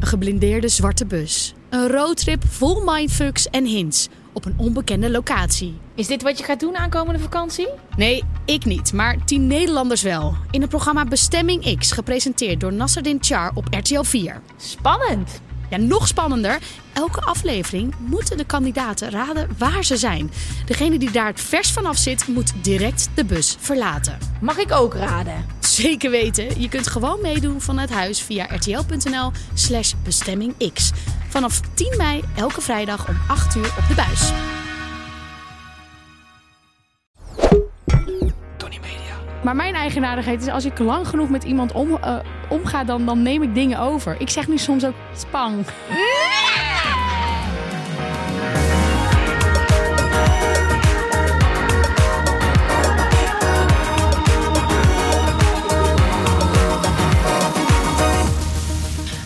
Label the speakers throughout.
Speaker 1: Een geblindeerde zwarte bus. Een roadtrip vol mindfucks en hints op een onbekende locatie.
Speaker 2: Is dit wat je gaat doen aankomende vakantie?
Speaker 1: Nee, ik niet, maar tien Nederlanders wel. In het programma Bestemming X, gepresenteerd door Nasserdin Char op RTL 4.
Speaker 2: Spannend!
Speaker 1: Ja, nog spannender. Elke aflevering moeten de kandidaten raden waar ze zijn. Degene die daar het vers vanaf zit, moet direct de bus verlaten.
Speaker 2: Mag ik ook raden?
Speaker 1: Zeker weten. Je kunt gewoon meedoen vanuit huis via rtl.nl slash bestemmingx. Vanaf 10 mei elke vrijdag om 8 uur op de buis.
Speaker 3: Maar mijn eigenaardigheid is als ik lang genoeg met iemand om, eh, omga, dan, dan neem ik dingen over. Ik zeg nu soms ook spang.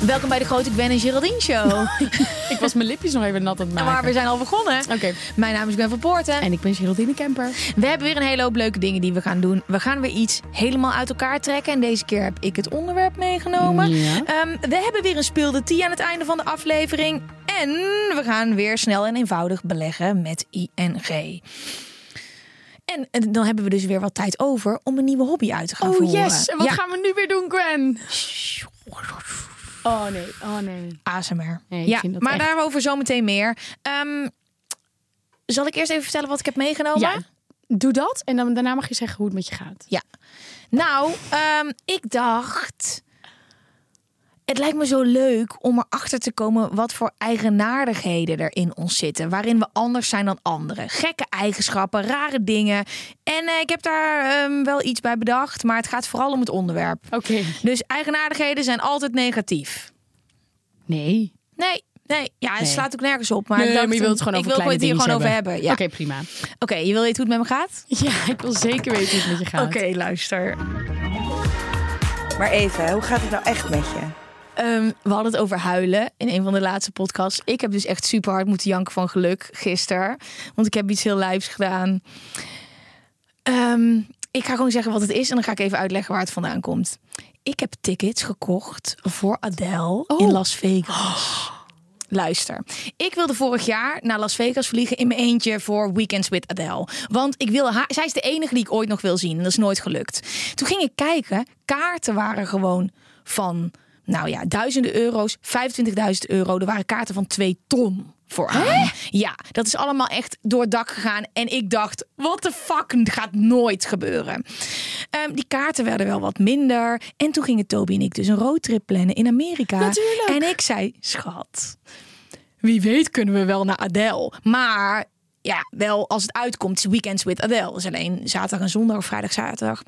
Speaker 2: Welkom bij de Grote Gwen en Geraldine Show.
Speaker 3: Ik was mijn lipjes nog even nat aan het maken.
Speaker 2: maar we zijn al begonnen.
Speaker 3: Oké.
Speaker 2: Mijn naam is Gwen van Poorten.
Speaker 3: En ik ben Geraldine Kemper.
Speaker 2: We hebben weer een hele hoop leuke dingen die we gaan doen. We gaan weer iets helemaal uit elkaar trekken. En deze keer heb ik het onderwerp meegenomen.
Speaker 3: Ja.
Speaker 2: Ehm, we hebben weer een speelde T aan het einde van de aflevering. En we gaan weer snel en eenvoudig beleggen met ING. En eh, dan hebben we dus weer wat tijd over om een nieuwe hobby uit te gaan
Speaker 3: Oh
Speaker 2: voeren.
Speaker 3: yes! En wat
Speaker 2: Ja.
Speaker 3: gaan we nu weer doen, Gwen? Oh nee, oh nee.
Speaker 2: ASMR.
Speaker 3: Nee, ik
Speaker 2: ja,
Speaker 3: vind dat
Speaker 2: maar
Speaker 3: echt-
Speaker 2: daarover zometeen meer. Ehm, zal ik eerst even vertellen wat ik heb meegenomen?
Speaker 3: Ja, doe dat en dan, daarna mag je zeggen hoe het met je gaat.
Speaker 2: Ja. Nou, ehm, ik dacht. Het lijkt me zo leuk om erachter te komen wat voor eigenaardigheden er in ons zitten. Waarin we anders zijn dan anderen. Gekke eigenschappen, rare dingen. En eh, ik heb daar ehm, wel iets bij bedacht, maar het gaat vooral om het onderwerp.
Speaker 3: Oké.
Speaker 2: Dus eigenaardigheden zijn altijd negatief.
Speaker 3: Nee.
Speaker 2: Nee, nee. Ja, het
Speaker 3: Nee.
Speaker 2: slaat ook nergens op. Maar,
Speaker 3: nee,
Speaker 2: ik dacht,
Speaker 3: maar je wilt het gewoon
Speaker 2: ik
Speaker 3: over
Speaker 2: wil
Speaker 3: kleine
Speaker 2: het hier
Speaker 3: dingetjes
Speaker 2: gewoon over
Speaker 3: hebben.
Speaker 2: hebben. Ja.
Speaker 3: Oké,
Speaker 2: Oké,
Speaker 3: prima.
Speaker 2: je wil weten hoe het met me gaat?
Speaker 3: Ja, ik wil zeker weten hoe het met je gaat.
Speaker 2: luister.
Speaker 4: Maar even, hè, hoe gaat het nou echt met je?
Speaker 2: Ehm, we hadden het over huilen in een van de laatste podcasts. Ik heb dus echt super hard moeten janken van geluk gisteren. Want ik heb iets heel lijps gedaan. Ehm, ik ga gewoon zeggen wat het is en dan ga ik even uitleggen waar het vandaan komt. Ik heb tickets gekocht voor Adele
Speaker 3: Oh.
Speaker 2: in Las Vegas. Luister, ik wilde vorig jaar naar Las Vegas vliegen in mijn eentje voor Weekends with Adele. Want ik wil haar, zij is de enige die ik ooit nog wil zien. En dat is nooit gelukt. Toen ging ik kijken, kaarten waren gewoon van, nou ja, duizenden euro's, 25.000 euro. Er waren kaarten van 2 ton voor haar. Ja, dat is allemaal echt door het dak gegaan. En ik dacht, what the fuck, gaat nooit gebeuren. Ehm, die kaarten werden wel wat minder. En toen gingen Toby en ik dus een roadtrip plannen in Amerika.
Speaker 3: Natuurlijk.
Speaker 2: En ik zei, schat, wie weet kunnen we wel naar Adele. Maar ja, wel als het uitkomt, is Weekends with Adele. is alleen zaterdag en zondag of vrijdag, zaterdag.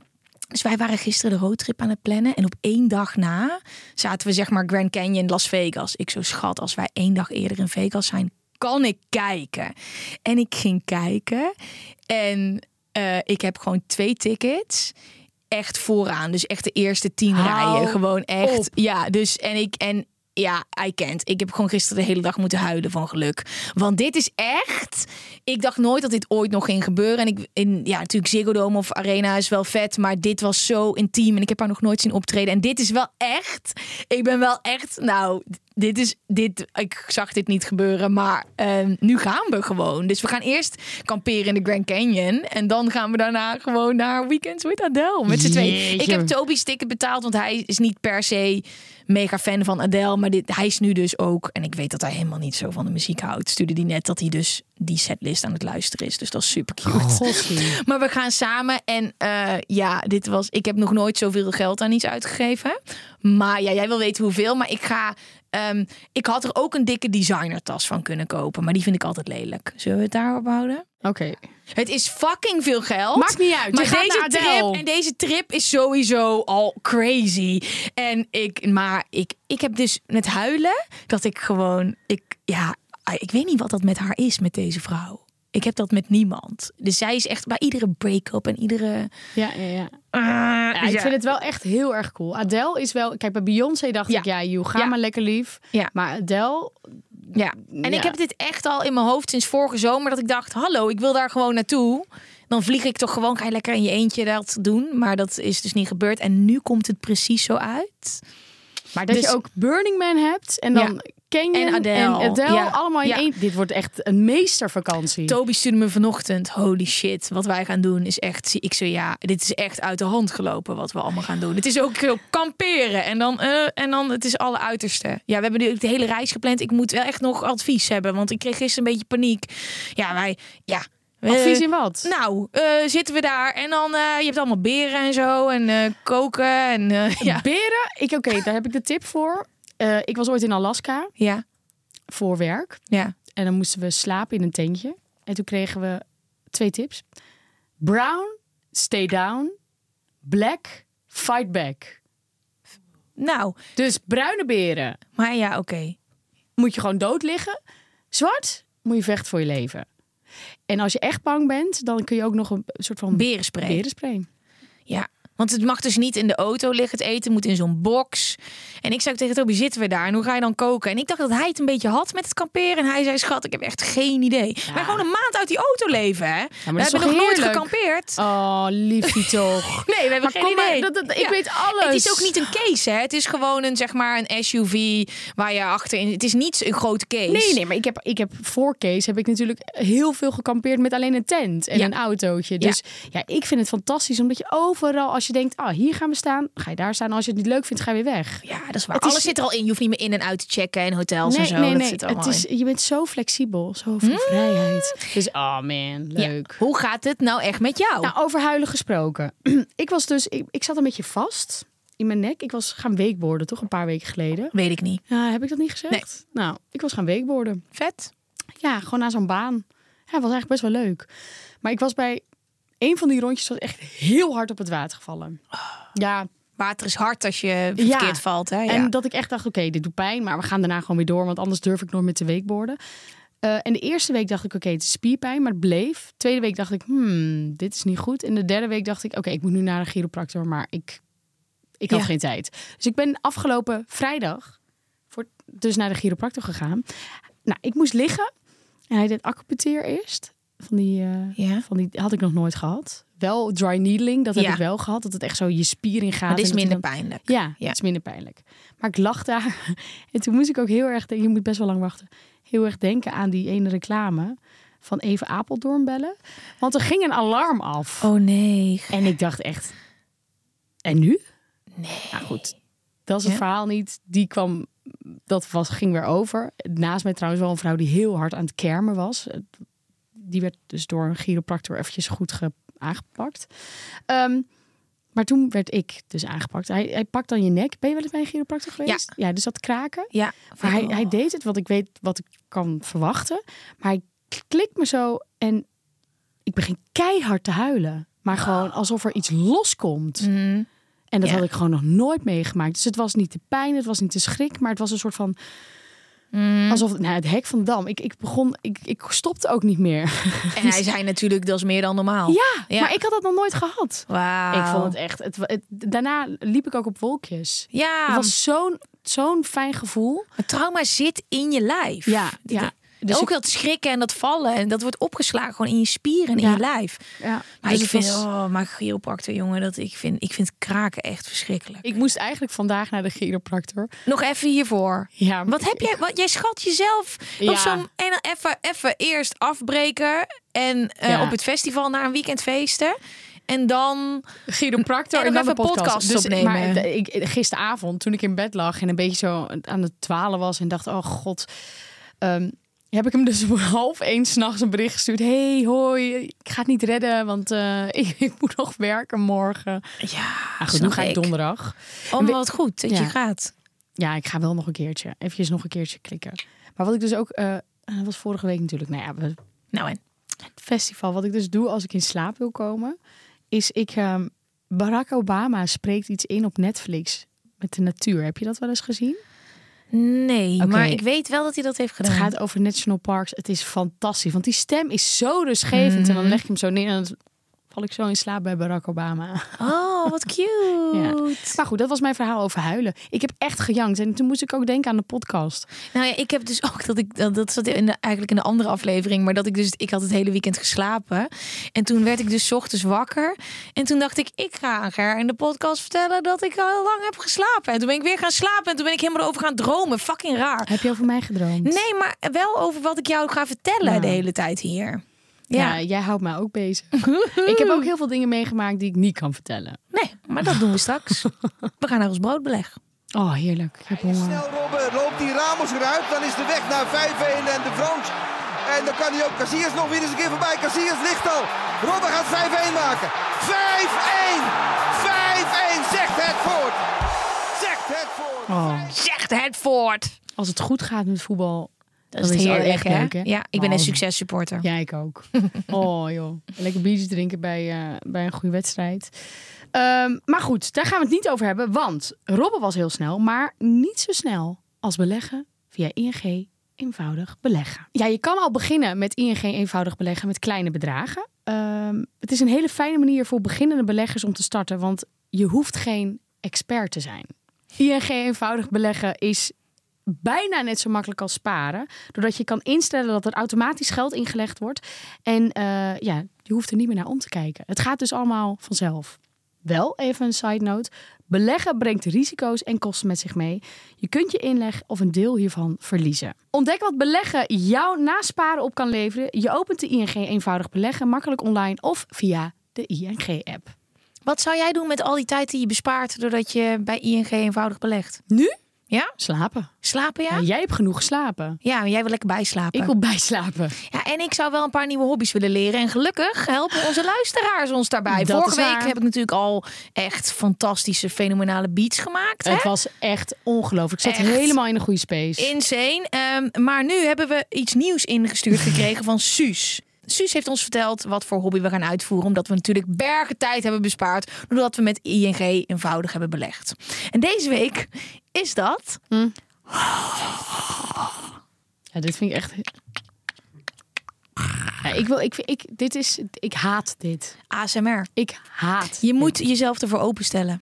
Speaker 2: Dus wij waren gisteren de roadtrip aan het plannen. En op één dag na zaten we zeg maar Grand Canyon, Las Vegas. Ik zo schat, als wij één dag eerder in Vegas zijn, kan ik kijken. En ik ging kijken. En eh, ik heb gewoon twee tickets. Echt vooraan. Dus echt de eerste tien
Speaker 3: Hou
Speaker 2: rijen. Gewoon echt.
Speaker 3: op.
Speaker 2: Ja, dus en ik en ja, I can't. Ik heb gewoon gisteren de hele dag moeten huilen van geluk. Want dit is echt. Ik dacht nooit dat dit ooit nog ging gebeuren. En ik, in, ja, natuurlijk Ziggo Dome of Arena is wel vet, maar dit was zo intiem en ik heb haar nog nooit zien optreden. En dit is wel echt. Ik ben wel echt. Nou, dit is dit. Ik zag dit niet gebeuren, maar ehm, nu gaan we gewoon. Dus we gaan eerst kamperen in de Grand Canyon en dan gaan we daarna gewoon naar Weekends with Adele met z'n tweeën. Ik
Speaker 3: Jeetje.
Speaker 2: heb Toby's ticket betaald, want hij is niet per se mega fan van Adele. Maar dit, hij is nu dus ook, en ik weet dat hij helemaal niet zo van de muziek houdt, stuurde die net dat hij dus die setlist aan het luisteren is. Dus dat is super cute. Maar we gaan samen en eh, ja, dit was, ik heb nog nooit zoveel geld aan iets uitgegeven. Maar ja, jij wil weten hoeveel, maar ik ga... eh, Ehm, ik had er ook een dikke designertas van kunnen kopen. Maar die vind ik altijd lelijk. Zullen we het daarop houden?
Speaker 3: Oké.
Speaker 2: Het is fucking veel geld.
Speaker 3: Maakt niet uit. Je
Speaker 2: Maar
Speaker 3: gaat
Speaker 2: deze
Speaker 3: naar Adele.
Speaker 2: trip, en deze trip is sowieso al crazy. En ik, maar ik, ik heb dus met huilen dat ik gewoon, ik, ja, ik weet niet wat dat met haar is met deze vrouw. Ik heb dat met niemand. Dus zij is echt bij iedere break-up en iedere.
Speaker 3: Ja, ja, ja. Ah, Ja, ik vind het wel echt heel erg cool. Adele is wel... Kijk, bij Beyoncé dacht
Speaker 2: Ja.
Speaker 3: ik, ja, joh, ga
Speaker 2: Ja.
Speaker 3: maar lekker lief.
Speaker 2: Ja.
Speaker 3: Maar Adele...
Speaker 2: Ja. En
Speaker 3: Ja.
Speaker 2: ik heb dit echt al in mijn hoofd sinds vorige zomer dat ik dacht: hallo, ik wil daar gewoon naartoe. Dan vlieg ik toch gewoon, ga je lekker in je eentje dat doen. Maar dat is dus niet gebeurd. En nu komt het precies zo uit.
Speaker 3: Maar dat
Speaker 2: Dus-
Speaker 3: je ook Burning Man hebt en dan Ken je
Speaker 2: En Adele. Ja.
Speaker 3: allemaal in
Speaker 2: Ja.
Speaker 3: één. Dit wordt echt een meestervakantie.
Speaker 2: Toby stuurde me vanochtend: holy shit, wat wij gaan doen is echt. zie- Ik zei ja, dit is echt uit de hand gelopen wat we allemaal gaan doen. Het is ook heel kamperen en dan, eh, en dan het is alle uiterste. Ja, we hebben nu ook de hele reis gepland. Ik moet wel echt nog advies hebben, want ik kreeg gisteren een beetje paniek. Ja, wij, ja. we-
Speaker 3: Advies in wat?
Speaker 2: Nou, eh, zitten we daar en dan eh, je hebt allemaal beren en zo en eh, koken en eh, ja.
Speaker 3: Beren, ik oké, daar heb ik de tip voor. Eh, ik was ooit in Alaska
Speaker 2: ja,
Speaker 3: voor werk
Speaker 2: ja,
Speaker 3: en dan moesten we slapen in een tentje. En toen kregen we twee tips: brown, stay down, black, fight back.
Speaker 2: nou,
Speaker 3: Dus bruine beren
Speaker 2: maar ja, oké,
Speaker 3: moet je gewoon dood liggen. Zwart moet je vechten voor je leven. En als je echt bang bent, dan kun je ook nog een soort van
Speaker 2: berenspray.
Speaker 3: berenspray.
Speaker 2: Ja, want het mag dus niet in de auto liggen. Het eten moet in zo'n box. En ik zei ook tegen Toby, zitten we daar en hoe ga je dan koken? En ik dacht dat hij het een beetje had met het kamperen. En hij zei, schat, ik heb echt geen idee. Wij gewoon een maand uit die auto leven, hè? we
Speaker 3: is
Speaker 2: hebben
Speaker 3: toch
Speaker 2: nog nooit
Speaker 3: heerlijk?
Speaker 2: gekampeerd.
Speaker 3: Oh, liefie toch.
Speaker 2: Nee, we hebben
Speaker 3: Maar
Speaker 2: geen
Speaker 3: kom maar,
Speaker 2: idee.
Speaker 3: dat- dat- ik weet
Speaker 2: Het is
Speaker 3: alles.
Speaker 2: ook niet een case, hè? Het is gewoon een, zeg maar, een SUV waar je achterin... Het is niet een grote case.
Speaker 3: Nee, nee, maar ik heb, ik heb voor Kees heb ik natuurlijk heel veel gekampeerd met alleen een tent en
Speaker 2: Ja.
Speaker 3: een autootje. Dus ja. ik vind het fantastisch omdat je overal, als je denkt, ah, hier gaan we staan, ga je daar staan. Als je het niet leuk vindt, ga je weer weg.
Speaker 2: Ja, dat is waar.
Speaker 3: Het is-
Speaker 2: Alles zit er al in. Je hoeft niet meer in en uit te checken en hotels en
Speaker 3: nee,
Speaker 2: zo.
Speaker 3: nee,
Speaker 2: dat
Speaker 3: nee.
Speaker 2: zit er allemaal
Speaker 3: het is,
Speaker 2: in. Mm.
Speaker 3: je bent zo flexibel, zo veel vrijheid. Dus
Speaker 2: oh,
Speaker 3: ah man,
Speaker 2: Ja.
Speaker 3: leuk.
Speaker 2: Hoe gaat het nou echt met jou?
Speaker 3: Nou, over huilen gesproken. ik was dus, ik, ik zat een beetje vast in mijn nek. Ik was gaan weekborden, toch? Een paar weken geleden.
Speaker 2: Weet ik niet.
Speaker 3: Ja, heb ik dat niet gezegd? Nou, ik was gaan weekborden.
Speaker 2: Vet.
Speaker 3: Ja, gewoon naar zo'n baan. Ja, was eigenlijk best wel leuk. Maar ik was bij een van die rondjes was echt heel hard op het water gevallen. Ja,
Speaker 2: Water is hard als je verkeerd
Speaker 3: Ja.
Speaker 2: valt. Hè? Ja.
Speaker 3: en dat ik echt dacht, oké, dit doet pijn, maar we gaan daarna gewoon weer door, want anders durf ik nooit meer te weekborden. Eh, en de eerste week dacht ik, oké, het is spierpijn, maar het bleef. Tweede week dacht ik, hmm, dit is niet goed. En de derde week dacht ik, oké, ik moet nu naar een chiropractor, maar ik, ik had
Speaker 2: Ja.
Speaker 3: geen tijd. Dus ik ben afgelopen vrijdag voor, dus naar de chiropractor gegaan. Nou, ik moest liggen en hij deed acupunctuur eerst. Van die, eh,
Speaker 2: Ja.
Speaker 3: van die had ik nog nooit gehad. Wel dry needling, dat heb
Speaker 2: Ja.
Speaker 3: ik wel gehad. Dat het echt zo je spier in gaat.
Speaker 2: maar dit is
Speaker 3: en dat hij
Speaker 2: minder
Speaker 3: dan-
Speaker 2: pijnlijk.
Speaker 3: ja,
Speaker 2: Ja.
Speaker 3: het is minder pijnlijk. Maar ik lag daar. En toen moest ik ook heel erg denken, je moet best wel lang wachten. Heel erg denken aan die ene reclame van even Apeldoorn bellen. Want er ging een alarm af.
Speaker 2: Oh nee.
Speaker 3: En ik dacht echt, en nu? Nee. Nou goed, dat is het
Speaker 2: Ja.
Speaker 3: verhaal niet. Die kwam, dat was, ging weer over. Naast mij trouwens wel een vrouw die heel hard aan het kermen was. Die werd dus door een chiropractor eventjes goed ge- aangepakt. Ehm, maar toen werd ik dus aangepakt. Hij, hij pakt dan je nek. Ben je wel eens bij een chiropractor geweest? Ja, dus dat kraken.
Speaker 2: Ja. Oh.
Speaker 3: Maar hij, hij deed het, want ik weet wat ik kan verwachten. Maar hij klikt me zo en ik begin keihard te huilen. Maar gewoon alsof er iets loskomt.
Speaker 2: Mm.
Speaker 3: En dat
Speaker 2: Oh. Ja.
Speaker 3: had ik gewoon nog nooit meegemaakt. Dus het was niet de pijn, het was niet de schrik, maar het was een soort van.
Speaker 2: Mhm.
Speaker 3: Alsof nou, het hek van de dam. Ik, ik begon, ik, ik stopte ook niet meer.
Speaker 2: En hij zei natuurlijk, dat is meer dan normaal.
Speaker 3: Ja,
Speaker 2: Oh. Ja.
Speaker 3: maar ik had dat nog nooit gehad.
Speaker 2: Wauw.
Speaker 3: Ik vond het echt. Het, wa- het- daarna liep ik ook op wolkjes.
Speaker 2: Ja,
Speaker 3: Het was zo'n zo'n fijn gevoel.
Speaker 2: maar trauma zit in je lijf.
Speaker 3: Ja,
Speaker 2: Dit-
Speaker 3: ja.
Speaker 2: Dus ook dat schrikken en dat vallen. En dat wordt opgeslagen gewoon in je spieren, in
Speaker 3: Ja.
Speaker 2: je lijf.
Speaker 3: Ja,
Speaker 2: Maar
Speaker 3: dus
Speaker 2: ik
Speaker 3: het
Speaker 2: vind,
Speaker 3: was-
Speaker 2: oh, maar chiropractor, jongen, dat ik vind, ik vind kraken echt verschrikkelijk.
Speaker 3: Ik moest eigenlijk vandaag naar de chiropractor.
Speaker 2: Nog even hiervoor.
Speaker 3: Ja, maar
Speaker 2: Wat
Speaker 3: ik-
Speaker 2: heb jij? Wat, jij schat jezelf op
Speaker 3: Ja.
Speaker 2: zo'n en dan even, even eerst afbreken en eh,
Speaker 3: Ja.
Speaker 2: op het festival naar een weekend feesten en dan
Speaker 3: chiropractor
Speaker 2: En
Speaker 3: en,
Speaker 2: nog
Speaker 3: dan
Speaker 2: even
Speaker 3: de podcast.
Speaker 2: podcasts
Speaker 3: dus,
Speaker 2: opnemen.
Speaker 3: Maar d- ik, gisteravond, toen ik in bed lag en een beetje zo aan het twalen was en dacht, oh god, ehm, heb ik hem dus om half één s'nachts een bericht gestuurd. hey, hoi, ik ga het niet redden, want eh, ik, ik moet nog werken morgen.
Speaker 2: ja,
Speaker 3: Ah, goed,
Speaker 2: snap
Speaker 3: nu ga ik donderdag.
Speaker 2: Oh, maar wat goed dat
Speaker 3: Ja.
Speaker 2: je gaat.
Speaker 3: ja, ik ga wel nog een keertje. Even nog een keertje klikken. Maar wat ik dus ook. eh, dat was vorige week natuurlijk. Nou ja, we-
Speaker 2: Nou en?
Speaker 3: het festival. Wat ik dus doe als ik in slaap wil komen. Is ik. ehm, Barack Obama spreekt iets in op Netflix. Met de natuur. Heb je dat wel eens gezien?
Speaker 2: Nee,
Speaker 3: Oké.
Speaker 2: maar ik weet wel dat hij dat heeft
Speaker 3: Het
Speaker 2: gedaan.
Speaker 3: gaat over national parks. Het is fantastisch. Want die stem is zo rustgevend. En dan leg ik hem zo neer. En dan val ik zo in slaap bij Barack Obama.
Speaker 2: Oh, wat cute.
Speaker 3: Maar goed, dat was mijn verhaal over huilen. Ik heb echt gejankt. En toen moest ik ook denken aan de podcast.
Speaker 2: Nou ja, ik heb dus ook dat ik dat, dat zat in de, eigenlijk in de andere aflevering, maar dat ik dus ik had het hele weekend geslapen en toen werd ik dus 's ochtends wakker en toen dacht ik ik ga aan Ger in de podcast vertellen dat ik al heel lang heb geslapen en toen ben ik weer gaan slapen en toen ben ik helemaal over gaan dromen, fucking raar.
Speaker 3: Heb je over mij gedroomd?
Speaker 2: Nee, maar wel over wat ik jou ga vertellen
Speaker 3: Ja.
Speaker 2: de hele tijd hier.
Speaker 3: Ja,
Speaker 2: Ja.
Speaker 3: jij houdt mij ook bezig. ik heb ook heel veel dingen meegemaakt die ik niet kan vertellen.
Speaker 2: Nee, maar dat doen we straks. We gaan naar ons broodbeleg.
Speaker 3: Oh, heerlijk. Ik heb honger.
Speaker 5: Snel Robben, loopt die Ramos eruit, dan is de weg naar 5-1 en de Frans. En dan kan hij ook Casillas nog weer eens een keer voorbij. Casillas ligt al. Robben gaat 5-1 maken. 5-1! 5-1! Zegt het voort! Zegt het voort!
Speaker 3: Oh,
Speaker 2: Zegt het voort.
Speaker 3: als het goed gaat met voetbal,
Speaker 2: Dat
Speaker 3: dan
Speaker 2: is
Speaker 3: het wel
Speaker 2: heerlijk,
Speaker 3: echt
Speaker 2: hè?
Speaker 3: leuk, hè?
Speaker 2: Ja, ik ben een
Speaker 3: Oh.
Speaker 2: successupporter.
Speaker 3: Ja, ik ook. Oh joh. Lekker biertje drinken bij, eh, bij een goede wedstrijd. Ehm, maar goed, daar gaan we het niet over hebben. Want Robben was heel snel, maar niet zo snel als beleggen via ING eenvoudig beleggen. Ja, je kan al beginnen met ING eenvoudig beleggen met kleine bedragen. Ehm, het is een hele fijne manier voor beginnende beleggers om te starten. Want je hoeft geen expert te zijn. ING eenvoudig beleggen is bijna net zo makkelijk als sparen. Doordat je kan instellen dat er automatisch geld ingelegd wordt. En eh, ja, je hoeft er niet meer naar om te kijken. Het gaat dus allemaal vanzelf. Wel even een side note. Beleggen brengt risico's en kosten met zich mee. Je kunt je inleg of een deel hiervan verliezen. Ontdek wat beleggen jou na sparen op kan leveren. Je opent de ING eenvoudig beleggen makkelijk online of via de ING-app.
Speaker 2: Wat zou jij doen met al die tijd die je bespaart doordat je bij ING eenvoudig belegt?
Speaker 3: Nu?
Speaker 2: Ja?
Speaker 3: Slapen.
Speaker 2: Slapen ja?
Speaker 3: Ja, jij hebt genoeg geslapen.
Speaker 2: Ja, maar jij wil lekker bijslapen.
Speaker 3: Ik wil bijslapen.
Speaker 2: Ja, en ik zou wel een paar nieuwe hobby's willen leren. En gelukkig helpen onze luisteraars ons daarbij.
Speaker 3: Dat
Speaker 2: Vorige
Speaker 3: is
Speaker 2: week
Speaker 3: waar.
Speaker 2: heb ik natuurlijk al echt fantastische, fenomenale beats gemaakt. Hè?
Speaker 3: Het was echt ongelooflijk. Ik zat
Speaker 2: Echt.
Speaker 3: helemaal in de goede space.
Speaker 2: Insane. Ehm, maar nu hebben we iets nieuws ingestuurd gekregen van Suus. Suus heeft ons verteld wat voor hobby we gaan uitvoeren. Omdat we natuurlijk bergen tijd hebben bespaard. Doordat we met ING eenvoudig hebben belegd. En deze week is dat
Speaker 3: Ja, dit vind ik echt. Ja, ik wil, ik, vind- ik, dit is, ik haat dit.
Speaker 2: ASMR.
Speaker 3: Ik haat.
Speaker 2: Je moet jezelf ervoor openstellen.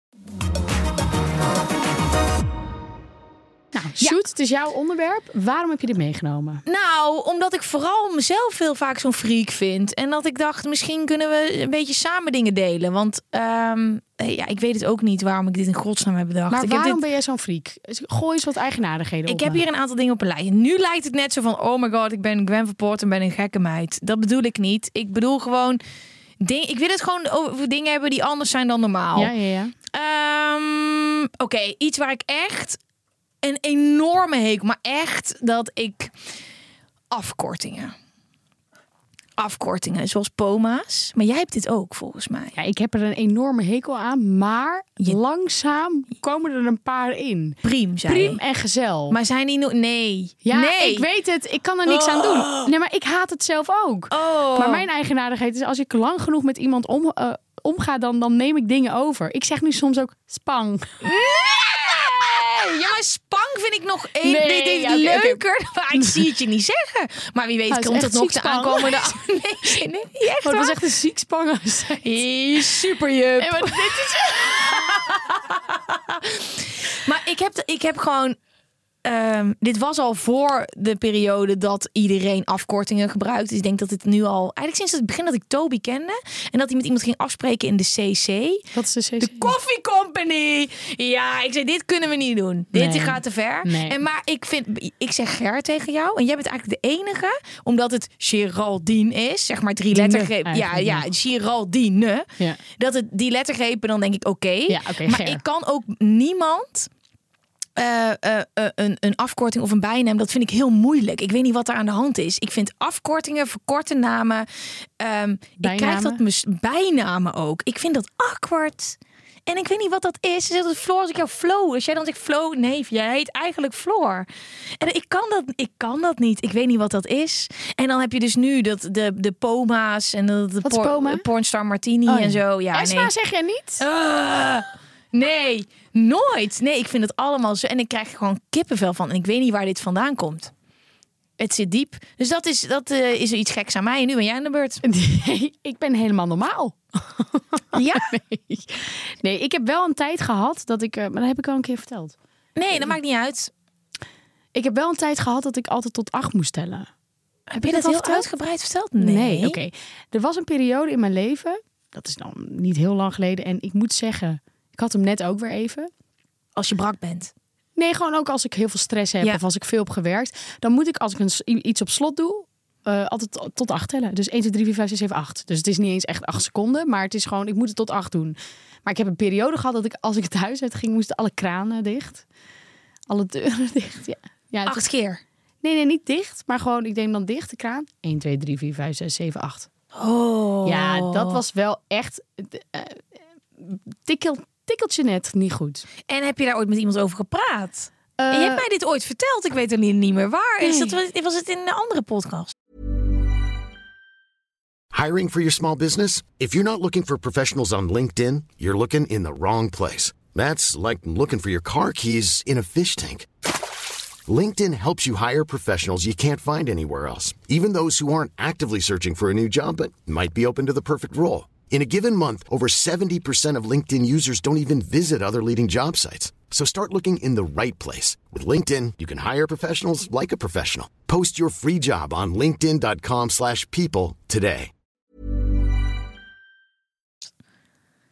Speaker 3: Nou, shoot, het is jouw onderwerp. Waarom heb je dit meegenomen?
Speaker 2: Nou, omdat ik vooral mezelf heel vaak zo'n freak vind. En dat ik dacht, misschien kunnen we een beetje samen dingen delen. Want ehm, eh, ja, ik weet het ook niet waarom ik dit in godsnaam heb bedacht.
Speaker 3: Maar
Speaker 2: ik
Speaker 3: waarom
Speaker 2: heb dit-
Speaker 3: ben jij zo'n freak? Dus Gooi eens wat eigenaardigheden op.
Speaker 2: ik heb
Speaker 3: me.
Speaker 2: hier een aantal dingen op een lijst. Nu lijkt het net zo van, oh my god, ik ben Gwen Verpoort en ben een gekke meid. Dat bedoel ik niet. Ik bedoel gewoon, ding, ik wil het gewoon over dingen hebben die anders zijn dan normaal.
Speaker 3: Ja, ja, ja.
Speaker 2: Ehm, Oké, iets waar ik echt een enorme hekel, maar echt dat ik afkortingen. Afkortingen, zoals poma's. Maar jij hebt dit ook volgens mij.
Speaker 3: Ja, ik heb er een enorme hekel aan, maar
Speaker 2: Je-
Speaker 3: langzaam komen er een paar in.
Speaker 2: Priem, zei
Speaker 3: Priem
Speaker 2: je.
Speaker 3: en gezel.
Speaker 2: Maar zijn die nog? Nee.
Speaker 3: ja,
Speaker 2: nee.
Speaker 3: ik weet het. Ik kan er niks aan doen. Nee, maar ik haat het zelf ook.
Speaker 2: Oh.
Speaker 3: Maar mijn eigenaardigheid is, als ik lang genoeg met iemand om, eh, omga, dan, dan neem ik dingen over. Ik zeg nu soms ook spang.
Speaker 2: Oh, Nee! Ja, maar spang vind ik nog een,
Speaker 3: Nee,
Speaker 2: dit, dit
Speaker 3: ja, oké, oké.
Speaker 2: leuker. Maar ik zie het je niet zeggen. Maar wie
Speaker 3: Hij
Speaker 2: weet
Speaker 3: is
Speaker 2: komt
Speaker 3: echt
Speaker 2: het nog
Speaker 3: ziek
Speaker 2: de
Speaker 3: spang.
Speaker 2: aankomende... Nee, nee, niet echt
Speaker 3: Oh, dat was
Speaker 2: hoor.
Speaker 3: echt een ziek spang.
Speaker 2: Super jup.
Speaker 3: Nee, maar dit is...
Speaker 2: Maar ik heb, ik heb gewoon. ehm, dit was al voor de periode dat iedereen afkortingen gebruikt. Dus ik denk dat het nu al. Eigenlijk sinds het begin dat ik Toby kende. En dat hij met iemand ging afspreken in de CC.
Speaker 3: Dat is de
Speaker 2: De Coffee Company. Ja, ik zei, dit kunnen we niet doen.
Speaker 3: Nee.
Speaker 2: Dit gaat te ver.
Speaker 3: Nee.
Speaker 2: En maar ik vind, ik zeg Ger tegen jou. En jij bent eigenlijk de enige, omdat het Geraldine is. Zeg maar drie
Speaker 3: Diene
Speaker 2: lettergrepen. Ja,
Speaker 3: eigenlijk
Speaker 2: ja,
Speaker 3: nog.
Speaker 2: Geraldine.
Speaker 3: Ja.
Speaker 2: Dat het die lettergrepen, dan denk ik, oké.
Speaker 3: Ja, oké,
Speaker 2: maar
Speaker 3: Ger.
Speaker 2: ik kan ook niemand... eh, eh, eh, een, een afkorting of een bijnaam, dat vind ik heel moeilijk. Ik weet niet wat er aan de hand is. Ik vind afkortingen, verkorte namen. ehm, ik krijg
Speaker 3: Bijnamen?
Speaker 2: dat mis- bijnamen ook. Ik vind dat awkward. En ik weet niet wat dat is. Ze zegt dat Floor, als ik jou flow. Als jij dan zegt flow, nee, jij heet eigenlijk Floor. En ik kan dat, ik kan dat niet. Ik weet niet wat dat is. En dan heb je dus nu dat de, de poma's en de, de
Speaker 3: Wat is poma? Oh
Speaker 2: pornstar martini en zo. Ja,
Speaker 3: Esma
Speaker 2: nee.
Speaker 3: zeg jij niet?
Speaker 2: Ah, nee, nooit. Nee, ik vind het allemaal zo. En ik krijg er gewoon kippenvel van. En ik weet niet waar dit vandaan komt. Het zit diep. Dus dat is, dat, eh, is er iets geks aan mij. En nu ben jij aan de beurt.
Speaker 3: Nee, ik ben helemaal normaal.
Speaker 2: Ja?
Speaker 3: Nee. nee, ik heb wel een tijd gehad dat ik... eh, Maar dat heb ik al een keer verteld.
Speaker 2: Nee, dat maakt niet uit.
Speaker 3: Ik heb wel een tijd gehad dat ik altijd tot acht moest tellen.
Speaker 2: Heb je
Speaker 3: dat
Speaker 2: dat
Speaker 3: al
Speaker 2: heel
Speaker 3: verteld?
Speaker 2: uitgebreid verteld?
Speaker 3: oké. Er was een periode in mijn leven, dat is dan niet heel lang geleden. En ik moet zeggen, ik had hem net ook weer even.
Speaker 2: Als je brak bent.
Speaker 3: Nee, gewoon ook als ik heel veel stress heb
Speaker 2: Ja.
Speaker 3: of als ik veel heb gewerkt. Dan moet ik, als ik een, s- i- iets op slot doe, eh, altijd to- tot acht tellen. Dus 1, 2, 3, 4, 5, 6, 7, 8. Dus het is niet eens echt acht seconden, maar het is gewoon, ik moet het tot acht doen. Maar ik heb een periode gehad dat ik, als ik het huis uit ging, moesten alle kranen dicht. Alle deuren dicht, ja. ja het-
Speaker 2: Acht keer.
Speaker 3: Nee, nee, niet dicht, maar gewoon, ik neem dan dicht de kraan. 1, 2, 3, 4, 5, 6, 7, 8.
Speaker 2: Oh.
Speaker 3: Ja, dat was wel echt eh, tikkel, tikkeltje net niet goed.
Speaker 2: En heb je daar ooit met iemand over gepraat?
Speaker 3: Eh,
Speaker 2: en je hebt mij dit ooit verteld. Ik weet er niet, niet meer waar. Is
Speaker 3: Nee.
Speaker 2: dat, was het in een andere podcast?
Speaker 6: Hiring for your small business? If you're not looking for professionals on LinkedIn, you're looking in the wrong place. That's like looking for your car keys in a fish tank. LinkedIn helps you hire professionals you can't find anywhere else, even those who aren't actively searching for a new job but might be open to the perfect role. In a given month, over 70% of LinkedIn users don't even visit other leading job sites. So start looking in the right place. With LinkedIn, you can hire professionals like a professional. Post your free job on linkedin.com/people slash people today.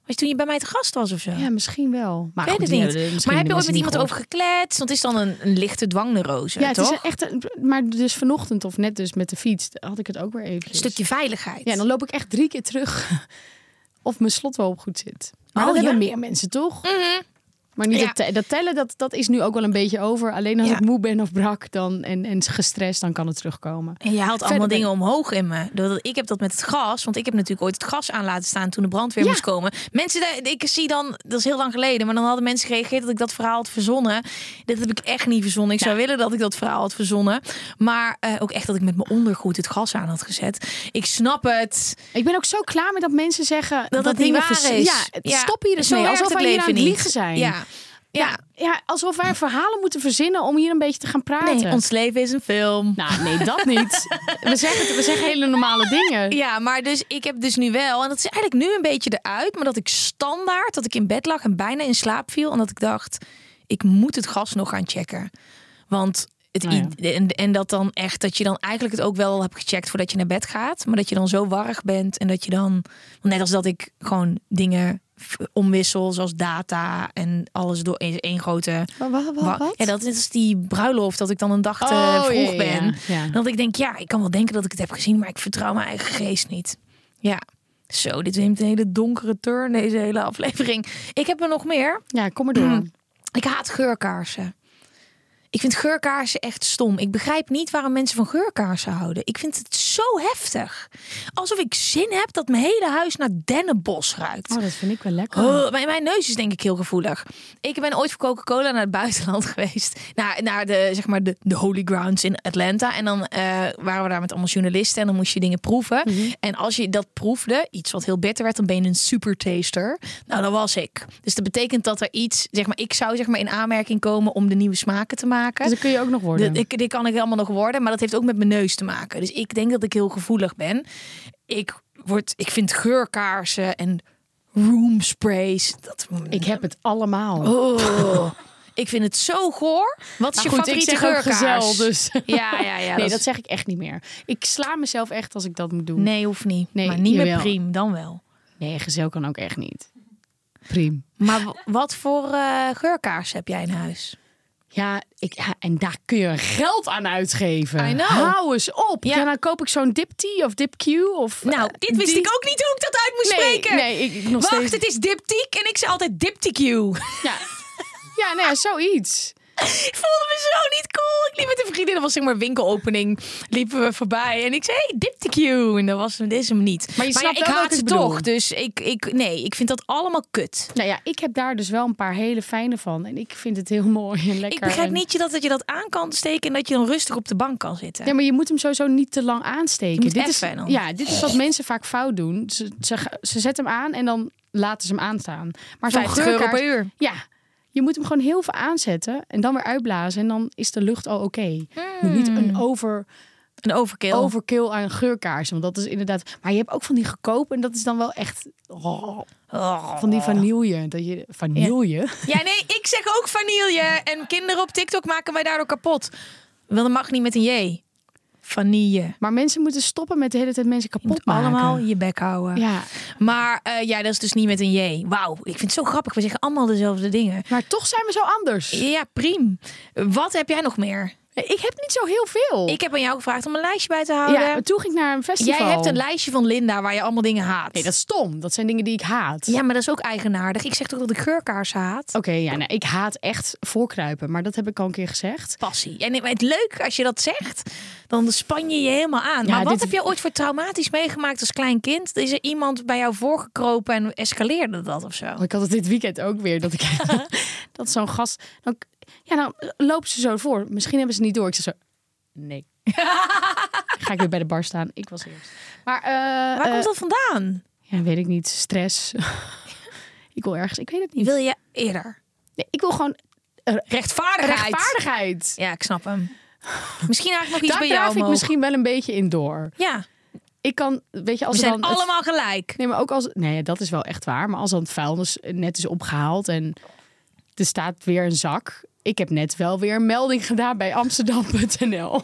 Speaker 2: Was toen je bij mij te gast was of zo?
Speaker 3: Ja, misschien wel. Maar
Speaker 2: Ik
Speaker 3: goed,
Speaker 2: weet
Speaker 3: die
Speaker 2: het
Speaker 3: hebben er
Speaker 2: niet.
Speaker 3: misschien
Speaker 2: Maar heb je
Speaker 3: de mensen
Speaker 2: ooit met
Speaker 3: niet
Speaker 2: iemand
Speaker 3: gehoord.
Speaker 2: over gekletst? Want het is dan een, een lichte dwangneurose,
Speaker 3: Ja, het
Speaker 2: toch?
Speaker 3: is echt. een- Maar dus vanochtend of net dus met de fiets had ik het ook weer even.
Speaker 2: Een stukje veiligheid.
Speaker 3: Ja, dan loop ik echt drie keer terug. Of mijn slot wel op goed zit. Maar
Speaker 2: Oh,
Speaker 3: dat hebben
Speaker 2: ja? Mhm.
Speaker 3: meer mensen toch? Maar niet
Speaker 2: Ja.
Speaker 3: dat, te- dat tellen, dat, dat is nu ook wel een beetje over. Alleen als
Speaker 2: Ja.
Speaker 3: ik moe ben of brak dan, en, en gestrest, dan kan het terugkomen.
Speaker 2: En je haalt allemaal
Speaker 3: Verder ben-
Speaker 2: dingen omhoog in me. Doordat ik heb dat met het gas. Want ik heb natuurlijk ooit het gas aan laten staan toen de brandweer
Speaker 3: Ja.
Speaker 2: moest komen. Mensen, daar- ik zie dan, dat is heel lang geleden, maar dan hadden mensen gereageerd dat ik dat verhaal had verzonnen. Dit heb ik echt niet verzonnen. Ik zou willen dat ik dat verhaal had verzonnen. Maar eh, ook echt dat ik met mijn ondergoed het gas aan had gezet. Ik snap het.
Speaker 3: Ik ben ook zo klaar met dat mensen zeggen dat,
Speaker 2: het niet
Speaker 3: dingen
Speaker 2: waar
Speaker 3: vers-
Speaker 2: is.
Speaker 3: Ja,
Speaker 2: Ja,
Speaker 3: stop hier eens
Speaker 2: zo
Speaker 3: mee.
Speaker 2: werkt
Speaker 3: Alsof
Speaker 2: het
Speaker 3: wij hier aan
Speaker 2: leven
Speaker 3: het
Speaker 2: niet.
Speaker 3: liegen zijn.
Speaker 2: Ja. Ja.
Speaker 3: Ja, alsof wij verhalen moeten verzinnen om hier een beetje te gaan praten.
Speaker 2: Nee, ons leven is een film.
Speaker 3: Nou, nee, dat niet. We zeggen, het- we zeggen hele normale dingen.
Speaker 2: Ja, maar dus ik heb dus nu wel, en dat is eigenlijk nu een beetje eruit, maar dat ik standaard dat ik in bed lag en bijna in slaap viel en dat ik dacht, ik moet het gas nog gaan checken, want het
Speaker 3: Nou ja.
Speaker 2: i- en, en dat dan echt dat je dan eigenlijk het ook wel hebt gecheckt voordat je naar bed gaat, maar dat je dan zo warrig bent en dat je dan want net als dat ik gewoon dingen v- omwissel zoals data en alles door één één grote Wa- Ja, dat is die bruiloft dat ik dan een dag te
Speaker 3: Oh,
Speaker 2: eh, vroeg
Speaker 3: ja, ja,
Speaker 2: ben.
Speaker 3: ja.
Speaker 2: Dat ik denk, ja, ik kan wel denken dat ik het heb gezien, maar ik vertrouw mijn eigen geest niet. Ja. Zo, dit neemt een hele donkere turn, deze hele aflevering. Ik heb er nog meer.
Speaker 3: Ja, kom maar door.
Speaker 2: Ik haat geurkaarsen. Ik vind geurkaarsen echt stom. Ik begrijp niet waarom mensen van geurkaarsen houden. Ik vind het zo heftig. Alsof ik zin heb dat mijn hele huis naar dennenbos ruikt.
Speaker 3: Oh, dat vind ik wel lekker.
Speaker 2: Oh, mijn, mijn neus is denk ik heel gevoelig. Ik ben ooit voor Coca-Cola naar het buitenland geweest. Naar, naar de, zeg maar de, de Holy Grounds in Atlanta. En dan eh, waren we daar met allemaal journalisten. En dan moest je dingen proeven.
Speaker 3: Mhm.
Speaker 2: En als je dat proefde, iets wat heel bitter werd, dan ben je een super taster. Nou, dat was ik. Dus dat betekent dat er iets, zeg maar, ik zou zeg maar in aanmerking komen om de nieuwe smaken te maken.
Speaker 3: Dus dat kun je ook nog worden.
Speaker 2: Dat- ik, dit kan ik allemaal nog worden, maar dat heeft ook met mijn neus te maken. Dus ik denk dat ik heel gevoelig ben. Ik, word, ik vind geurkaarsen en room sprays. Dat,
Speaker 3: ik heb het allemaal.
Speaker 2: Oh. ik vind het zo goor. Wat is
Speaker 3: Maar
Speaker 2: je
Speaker 3: goed, ik
Speaker 2: favoriete
Speaker 3: zeg ook
Speaker 2: geurkaars?
Speaker 3: gezel, dus.
Speaker 2: Ja, ja, ja.
Speaker 3: nee, dat zeg ik echt niet meer. Ik sla mezelf echt als ik dat moet doen.
Speaker 2: Nee, hoeft niet.
Speaker 3: Nee,
Speaker 2: maar niet meer
Speaker 3: jawel.
Speaker 2: priem, dan wel.
Speaker 3: Nee, gezel kan ook echt niet. Priem.
Speaker 2: Maar w- wat voor eh, geurkaars heb jij in huis?
Speaker 3: Ja, ik, ja, en daar kun je geld aan uitgeven.
Speaker 2: I know.
Speaker 3: Hou eens op.
Speaker 2: Ja.
Speaker 3: Ja, dan koop ik zo'n dip tea of dip Q. Of, eh,
Speaker 2: Nou, dit wist
Speaker 3: die-
Speaker 2: ik ook niet hoe ik dat uit moest
Speaker 3: Nee,
Speaker 2: spreken.
Speaker 3: nee, ik- ik nog
Speaker 2: Wacht,
Speaker 3: steeds-
Speaker 2: het is diptiek en ik zei altijd diptiek you.
Speaker 3: Ja, ja nou ja, zoiets.
Speaker 2: Ik voelde me zo niet cool. Ik liep met een vriendin, dat was zeg maar winkelopening, liepen we voorbij. En ik zei, hey, diptecue. En dat was hem, dit is hem niet.
Speaker 3: Maar je snapt
Speaker 2: ik
Speaker 3: wel wat
Speaker 2: haat
Speaker 3: ik
Speaker 2: ze
Speaker 3: bedoel.
Speaker 2: toch. Dus ik, ik, nee, ik vind dat allemaal kut.
Speaker 3: Nou ja, ik heb daar dus wel een paar hele fijne van. En ik vind het heel mooi en lekker.
Speaker 2: Ik begrijp
Speaker 3: en-
Speaker 2: niet je dat, dat je dat aan kan steken en dat je dan rustig op de bank kan zitten.
Speaker 3: Ja, maar je moet hem sowieso niet te lang aansteken.
Speaker 2: Je moet
Speaker 3: dit is,
Speaker 2: effen en dan-
Speaker 3: ja, dit is wat mensen vaak fout doen. Ze, ze, ze zetten hem aan en dan laten ze hem aanstaan. Maar zo'n
Speaker 2: 50 euro
Speaker 3: geurkaart,
Speaker 2: per uur.
Speaker 3: Ja, je moet hem gewoon heel veel aanzetten en dan weer uitblazen. En dan is de lucht al oké. Je moet Niet een
Speaker 2: Hmm.
Speaker 3: over,
Speaker 2: Een overkill.
Speaker 3: overkill aan geurkaarsen. Want dat is inderdaad... Maar je hebt ook van die goedkoop en dat is dan wel echt... oh, van die vanille. Dat je, vanille?
Speaker 2: Ja, nee, ik zeg ook vanille. En kinderen op TikTok maken mij daardoor kapot. Wel, dat mag niet met een J. Vanille.
Speaker 3: Maar mensen moeten stoppen met de hele tijd mensen
Speaker 2: Je moet
Speaker 3: kapot maken.
Speaker 2: allemaal je bek houden.
Speaker 3: Ja,
Speaker 2: Maar eh, ja, dat is dus niet met een J. Wauw, ik vind het zo grappig. We zeggen allemaal dezelfde dingen.
Speaker 3: maar toch zijn we zo anders.
Speaker 2: Ja, priem. Wat heb jij nog meer?
Speaker 3: Ik heb niet zo heel veel.
Speaker 2: Ik heb aan jou gevraagd om een lijstje bij te houden.
Speaker 3: ja, maar toen ging ik naar een festival.
Speaker 2: Oh, Jij hebt een lijstje van Linda waar je allemaal dingen haat.
Speaker 3: Nee, dat is stom. Dat zijn dingen die ik haat.
Speaker 2: Ja, maar dat is ook eigenaardig. Ik zeg toch dat ik geurkaars haat?
Speaker 3: Oké, ja, nou, ik haat echt voorkruipen. Maar dat heb ik al een keer gezegd.
Speaker 2: Passie. En het- het leuk als je dat zegt, dan span je je helemaal aan.
Speaker 3: Ja,
Speaker 2: maar wat
Speaker 3: dit-
Speaker 2: heb je ooit voor traumatisch meegemaakt als klein kind? Is er iemand bij jou voorgekropen en escaleerde dat of zo?
Speaker 3: Oh, ik had het dit weekend ook weer. Dat ik dat zo'n gast. Dan, ja, dan lopen ze zo voor. Misschien hebben ze het niet door. Ik zeg zo. Nee. Ga ik weer bij de bar staan. Ik was eerst. Maar eh,
Speaker 2: Waar
Speaker 3: eh,
Speaker 2: komt dat vandaan?
Speaker 3: ja, weet ik niet. Stress. ik wil ergens. Ik weet het niet.
Speaker 2: Wil je eerder?
Speaker 3: Nee, ik wil gewoon
Speaker 2: Rechtvaardigheid.
Speaker 3: rechtvaardigheid.
Speaker 2: Ja, ik snap hem. Misschien haak ik nog iets
Speaker 3: Daar
Speaker 2: bij jou
Speaker 3: draaf ik
Speaker 2: omhoog.
Speaker 3: misschien wel een beetje in door.
Speaker 2: Ja,
Speaker 3: Ik kan, weet je,
Speaker 2: we
Speaker 3: als er
Speaker 2: zijn
Speaker 3: dan het-
Speaker 2: allemaal gelijk.
Speaker 3: Nee, maar ook als. Nee, dat is wel echt waar. Maar als dan het vuilnis net is opgehaald en er staat weer een zak. Ik heb net wel weer een melding gedaan bij Amsterdam.nl.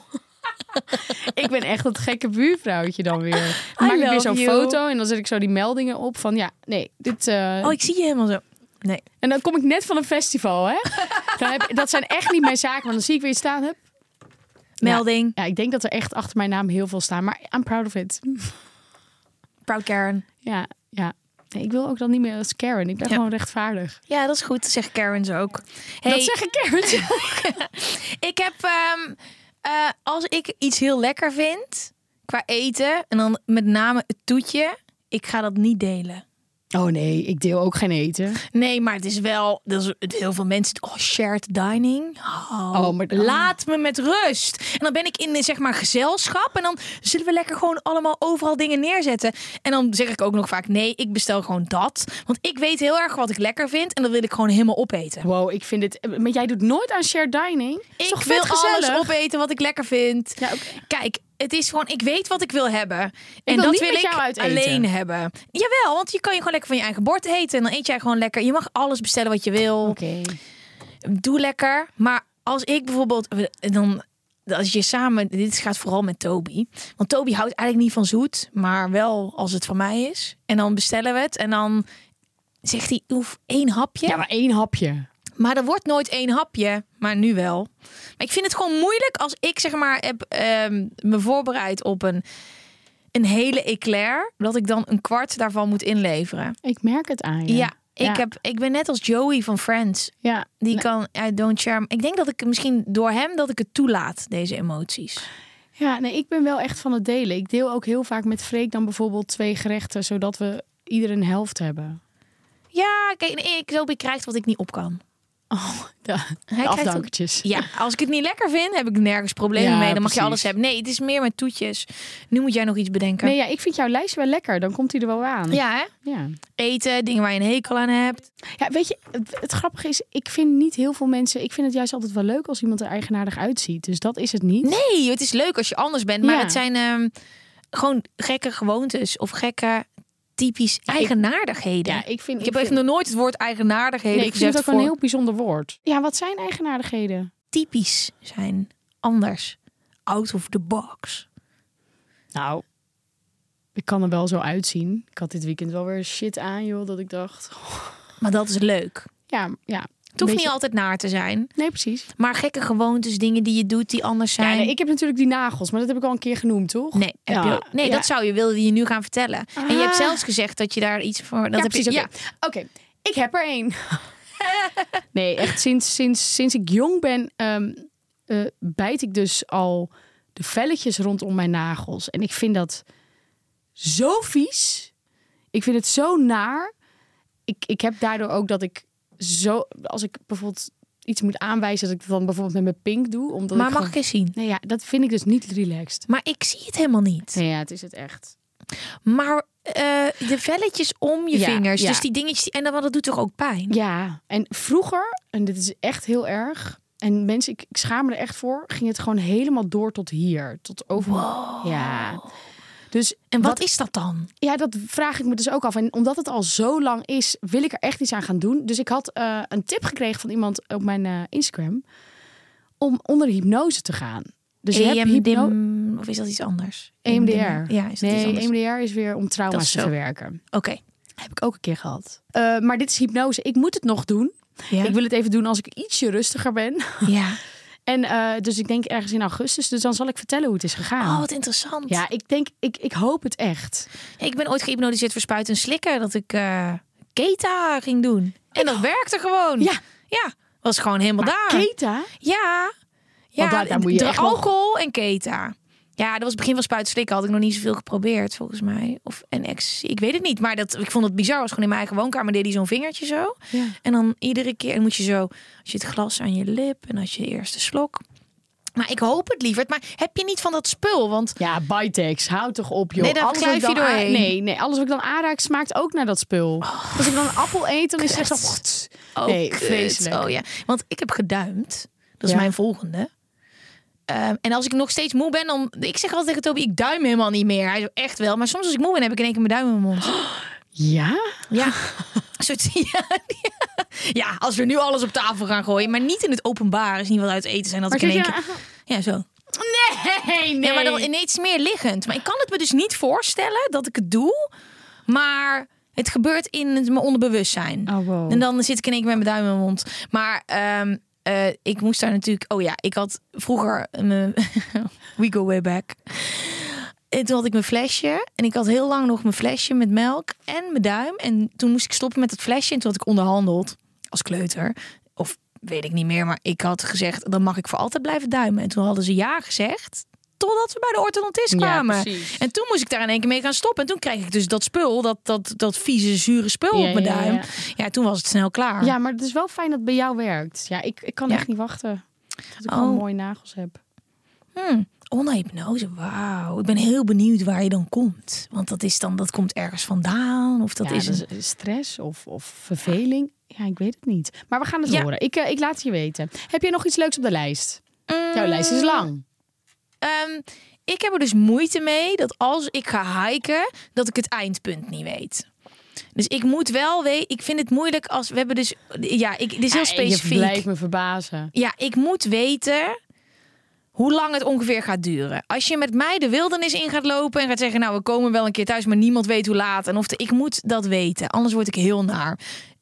Speaker 3: ik ben echt dat gekke buurvrouwtje dan weer. Dan maak ik weer
Speaker 2: love
Speaker 3: zo'n
Speaker 2: you.
Speaker 3: foto en dan zet ik zo die meldingen op van ja, nee, dit. eh,
Speaker 2: Oh, ik zie je helemaal zo. Nee.
Speaker 3: En dan kom ik net van een festival, hè? dan heb, dat zijn echt niet mijn zaken, maar dan zie ik weer iets staan. Hup.
Speaker 2: Melding.
Speaker 3: Ja, ik denk dat er echt achter mijn naam heel veel staan, maar I'm proud of it.
Speaker 2: Proud Karen.
Speaker 3: Ja, ja. Nee, ik wil ook dan niet meer als Karen. Ik ben
Speaker 2: Ja.
Speaker 3: gewoon rechtvaardig.
Speaker 2: Ja, dat is goed. Dat zeggen Karens ook. Hey,
Speaker 3: Dat zeggen Karens
Speaker 2: Ik heb, ehm, eh, als ik iets heel lekker vind qua eten, en dan met name het toetje, ik ga dat niet delen.
Speaker 3: Oh nee, ik deel ook geen eten.
Speaker 2: Nee, maar het is wel, dat is, het- heel veel mensen, oh, shared dining. Oh,
Speaker 3: Oh, maar-
Speaker 2: laat me met rust. En dan ben ik in, eh, zeg maar, gezelschap en dan zullen we lekker gewoon allemaal overal dingen neerzetten. En dan zeg ik ook nog vaak, nee, ik bestel gewoon dat. Want ik weet heel erg wat ik lekker vind en dat wil ik gewoon helemaal opeten.
Speaker 3: Wow, ik vind dit... Maar jij doet nooit aan shared dining? Is
Speaker 2: Ik
Speaker 3: toch vet
Speaker 2: wil
Speaker 3: gezellig?
Speaker 2: alles opeten wat ik lekker vind.
Speaker 3: Ja, ook-
Speaker 2: Kijk, het is gewoon, ik weet wat ik wil hebben. En
Speaker 3: wil
Speaker 2: dat
Speaker 3: niet
Speaker 2: wil
Speaker 3: met
Speaker 2: ik
Speaker 3: jou uit eten.
Speaker 2: alleen hebben. Jawel, want je kan je gewoon lekker van je eigen bord eten. En dan eet jij gewoon lekker. Je mag alles bestellen wat je wil.
Speaker 3: Oké.
Speaker 2: Doe lekker. Maar als ik bijvoorbeeld, dan, als je samen, dit gaat vooral met Toby. Want Toby houdt eigenlijk niet van zoet, maar wel als het van mij is. En dan bestellen we het. En dan zegt hij, oef, één hapje.
Speaker 3: Ja, maar één hapje.
Speaker 2: Maar er wordt nooit één hapje, maar nu wel. Maar ik vind het gewoon moeilijk als ik zeg maar heb ehm, me voorbereid op een, een hele eclair, dat ik dan een kwart daarvan moet inleveren.
Speaker 3: Ik merk het aan je.
Speaker 2: Ja, ik, Heb, ik ben net als Joey van Friends.
Speaker 3: Ja.
Speaker 2: Die
Speaker 3: Nee.
Speaker 2: kan, I don't share. Ik denk dat ik misschien door hem dat ik het toelaat, deze emoties.
Speaker 3: Ja, nee, ik ben wel echt van het delen. Ik deel ook heel vaak met Freek dan bijvoorbeeld twee gerechten, zodat we ieder een helft hebben.
Speaker 2: Ja, kijk, nee, ik, Toby krijgt wat ik niet op kan.
Speaker 3: Oh, De, de
Speaker 2: krijgt ook-
Speaker 3: afdankertjes.
Speaker 2: Ja, als ik het niet lekker vind, heb ik nergens problemen
Speaker 3: Ja,
Speaker 2: mee. Dan mag je
Speaker 3: precies.
Speaker 2: alles hebben. Nee, het is meer met toetjes. Nu moet jij nog iets bedenken.
Speaker 3: Nee, ja, ik vind jouw lijstje wel lekker. Dan komt hij er wel aan.
Speaker 2: Ja, hè?
Speaker 3: ja.
Speaker 2: eten, dingen waar je een hekel aan hebt.
Speaker 3: Ja, weet je, het, het grappige is, ik vind niet heel veel mensen... Ik vind het juist altijd wel leuk als iemand er eigenaardig uitziet. Dus dat is het niet.
Speaker 2: Nee, het is leuk als je anders bent, maar
Speaker 3: Ja.
Speaker 2: het zijn ehm, gewoon gekke gewoontes of gekke typisch eigenaardigheden.
Speaker 3: Ja, ik vind...
Speaker 2: ik heb
Speaker 3: vind-
Speaker 2: echt nog nooit het woord eigenaardigheden
Speaker 3: Nee, ik vind
Speaker 2: gezegd
Speaker 3: het ook
Speaker 2: voor
Speaker 3: een heel bijzonder woord. Ja, wat zijn eigenaardigheden?
Speaker 2: typisch zijn, anders, out of the box.
Speaker 3: Nou, ik kan er wel zo uitzien. Ik had dit weekend wel weer shit aan, joh, dat ik dacht. goh,
Speaker 2: Maar dat is leuk.
Speaker 3: Ja, ja.
Speaker 2: Het hoeft niet altijd naar te zijn,
Speaker 3: Nee, precies.
Speaker 2: maar gekke gewoontes, dingen die je doet die anders
Speaker 3: Ja,
Speaker 2: zijn.
Speaker 3: nee, ik heb natuurlijk die nagels, maar dat heb ik al een keer genoemd, toch?
Speaker 2: Nee, heb
Speaker 3: Ja,
Speaker 2: je ook- nee
Speaker 3: ja. Ah.
Speaker 2: dat zou je willen die je nu gaan vertellen. En je hebt zelfs gezegd dat je daar iets voor. Dat
Speaker 3: Ja,
Speaker 2: heb
Speaker 3: precies.
Speaker 2: je,
Speaker 3: Oké, Oké, ik heb er één. Nee, echt sinds, sinds, sinds ik jong ben, ehm, eh, bijt ik dus al de velletjes rondom mijn nagels. En ik vind dat zo vies. Ik vind het zo naar. Ik, ik heb daardoor ook dat ik zo, als ik bijvoorbeeld iets moet aanwijzen, dat ik dat dan bijvoorbeeld met mijn pink doe. Omdat
Speaker 2: maar
Speaker 3: ik
Speaker 2: mag ik
Speaker 3: gewoon-
Speaker 2: eens zien?
Speaker 3: Nee, ja, dat vind ik dus niet relaxed.
Speaker 2: Maar ik zie het helemaal niet.
Speaker 3: Nee, ja, het is het echt.
Speaker 2: Maar eh, de velletjes om je
Speaker 3: Ja,
Speaker 2: vingers,
Speaker 3: ja.
Speaker 2: dus die dingetjes, die- en dan, want dat doet toch ook pijn?
Speaker 3: Ja, en vroeger, en dit is echt heel erg. En mensen, ik, ik schaam me er echt voor, ging het gewoon helemaal door tot hier. Tot over. Ja. Dus
Speaker 2: En wat,
Speaker 3: wat-
Speaker 2: is dat dan?
Speaker 3: ja, dat vraag ik me dus ook af. En omdat het al zo lang is, wil ik er echt iets aan gaan doen. Dus ik had eh, een tip gekregen van iemand op mijn eh, Instagram. Om onder hypnose te gaan. Dus je
Speaker 2: E
Speaker 3: hebt hypno- E
Speaker 2: EMDM, of is dat iets anders?
Speaker 3: EMDR.
Speaker 2: Ja, is dat iets
Speaker 3: nee, E
Speaker 2: anders?
Speaker 3: EMDR is weer om
Speaker 2: Dat
Speaker 3: trauma's
Speaker 2: is
Speaker 3: te
Speaker 2: zo.
Speaker 3: verwerken.
Speaker 2: Oké.
Speaker 3: Heb ik ook een keer gehad. Eh, maar dit is hypnose. Ik moet het nog doen.
Speaker 2: Ja.
Speaker 3: Ik wil het even doen als ik ietsje rustiger ben.
Speaker 2: ja.
Speaker 3: En eh, dus ik denk ergens in augustus. Dus dan zal ik vertellen hoe het is gegaan.
Speaker 2: Oh, wat interessant.
Speaker 3: ja, ik denk, ik, ik hoop het echt.
Speaker 2: Ik ben ooit gehypnotiseerd voor spuiten en slikken. Dat ik eh keta ging doen. En dat werkte gewoon.
Speaker 3: Oh. Ja.
Speaker 2: Ja. Was gewoon helemaal
Speaker 3: Ah.
Speaker 2: daar.
Speaker 3: Keta?
Speaker 2: Ja. Ja,
Speaker 3: Want daar- daar moet je
Speaker 2: dra-
Speaker 3: echt nog-
Speaker 2: alcohol en keta. Ja, dat was het begin van spuiten en slikken. Had ik nog niet zoveel geprobeerd, volgens mij. Of en ex. Ik weet het niet. Maar dat, ik vond het bizar. was gewoon in mijn eigen woonkamer. Deed hij zo'n vingertje zo.
Speaker 3: Ja.
Speaker 2: En dan iedere keer. En moet je zo. Als je het glas aan je lip. En als je de eerste slok. Maar ik hoop het liever. Maar heb je niet van dat spul? Want
Speaker 3: Ja, Bitex, hou toch op, joh.
Speaker 2: Nee, daar
Speaker 3: wat ik
Speaker 2: kluif je
Speaker 3: dan aan-
Speaker 2: doorheen.
Speaker 3: nee, nee, alles wat ik dan aanraak smaakt ook naar dat spul. Oh. Als ik dan een appel eet, dan is het echt zo...
Speaker 2: Oh,
Speaker 3: nee,
Speaker 2: kut.
Speaker 3: vreselijk.
Speaker 2: Oh ja, want ik heb geduimd. Dat is
Speaker 3: Ja.
Speaker 2: mijn volgende. Ehm, en als ik nog steeds moe ben, dan... Ik zeg altijd tegen Toby, ik duim helemaal niet meer. Hij zo, echt wel. Maar soms als ik moe ben, heb ik in één keer mijn duim in mijn mond.
Speaker 3: Ja?
Speaker 2: Ja. Een soort, ja, ja. Ja, als we nu alles op tafel gaan gooien. Maar niet in het openbaar. Is niet wat uit eten zijn. Dat
Speaker 3: Maar
Speaker 2: ik in één
Speaker 3: zit
Speaker 2: keer...
Speaker 3: je-
Speaker 2: Ja, zo.
Speaker 3: Nee, nee.
Speaker 2: Ja, maar dan ineens meer liggend. Maar ik kan het me dus niet voorstellen dat ik het doe. Maar het gebeurt in het- mijn onderbewustzijn.
Speaker 3: Oh, wow.
Speaker 2: En dan zit ik in één keer met mijn duim in mijn mond. Maar ehm, eh, ik moest daar natuurlijk... Oh ja, ik had vroeger... Mijn, we go way back. En toen had ik mijn flesje. En ik had heel lang nog mijn flesje met melk en mijn duim. En toen moest ik stoppen met dat flesje. En toen had ik onderhandeld als kleuter. Of weet ik niet meer. Maar ik had gezegd, dan mag ik voor altijd blijven duimen. En toen hadden ze ja gezegd. Totdat we bij de orthodontist kwamen.
Speaker 3: precies.
Speaker 2: en toen moest ik daar in één keer mee gaan stoppen. En toen kreeg ik dus dat spul, dat, dat, dat vieze, zure spul
Speaker 3: Ja,
Speaker 2: op mijn
Speaker 3: ja, ja,
Speaker 2: duim. Ja,
Speaker 3: ja.
Speaker 2: toen was het snel klaar.
Speaker 3: Ja, maar het is wel fijn dat het bij jou werkt. Ja, ik, ik kan
Speaker 2: Ja.
Speaker 3: echt niet wachten. Dat ik
Speaker 2: Oh.
Speaker 3: gewoon mooie nagels heb.
Speaker 2: Onder hypnose, wauw. Ik ben heel benieuwd waar je dan komt. Want dat, is dan, dat komt ergens vandaan. Of dat
Speaker 3: ja,
Speaker 2: is...
Speaker 3: dat
Speaker 2: Een...
Speaker 3: is stress of, of verveling. Ja, ik weet het niet. Maar we gaan het
Speaker 2: Ja.
Speaker 3: horen. Ik, eh, ik laat het je weten. Heb je nog iets leuks op de lijst?
Speaker 2: Mm.
Speaker 3: Jouw lijst is lang.
Speaker 2: Ehm, ik heb er dus moeite mee dat als ik ga hiken, dat ik het eindpunt niet weet. Dus ik moet wel weten, ik vind het moeilijk als we hebben dus, ja, ik, dit is heel
Speaker 3: Ja, Ah, Je
Speaker 2: specifiek.
Speaker 3: blijft me verbazen.
Speaker 2: Ja, ik moet weten hoe lang het ongeveer gaat duren. Als je met mij de wildernis in gaat lopen en gaat zeggen, nou we komen wel een keer thuis, maar niemand weet hoe laat en of de, ik moet dat weten, anders word ik heel naar.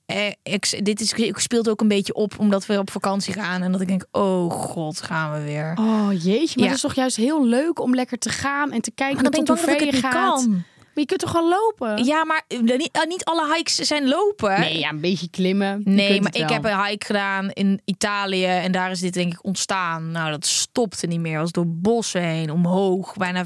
Speaker 2: Eh, ik, dit is, ik speelt ook een beetje op omdat we op vakantie gaan en dat ik denk, oh god, gaan we weer.
Speaker 3: Oh jeetje, maar
Speaker 2: Ja.
Speaker 3: het is toch juist heel leuk om lekker te gaan en te kijken
Speaker 2: Maar dan ben ik
Speaker 3: tot
Speaker 2: bang
Speaker 3: hoe
Speaker 2: dat ik
Speaker 3: ver
Speaker 2: het
Speaker 3: je
Speaker 2: niet
Speaker 3: gaat.
Speaker 2: kan.
Speaker 3: Maar je kunt toch gewoon lopen?
Speaker 2: Ja, maar eh, niet, eh, niet alle hikes zijn lopen.
Speaker 3: Nee, ja, een beetje klimmen. Je
Speaker 2: Nee,
Speaker 3: kunt
Speaker 2: maar
Speaker 3: het
Speaker 2: ik
Speaker 3: wel.
Speaker 2: heb eh, een hike gedaan in Italië en daar is dit denk ik ontstaan. Nou, dat stopte niet meer. Was door bossen heen, omhoog, bijna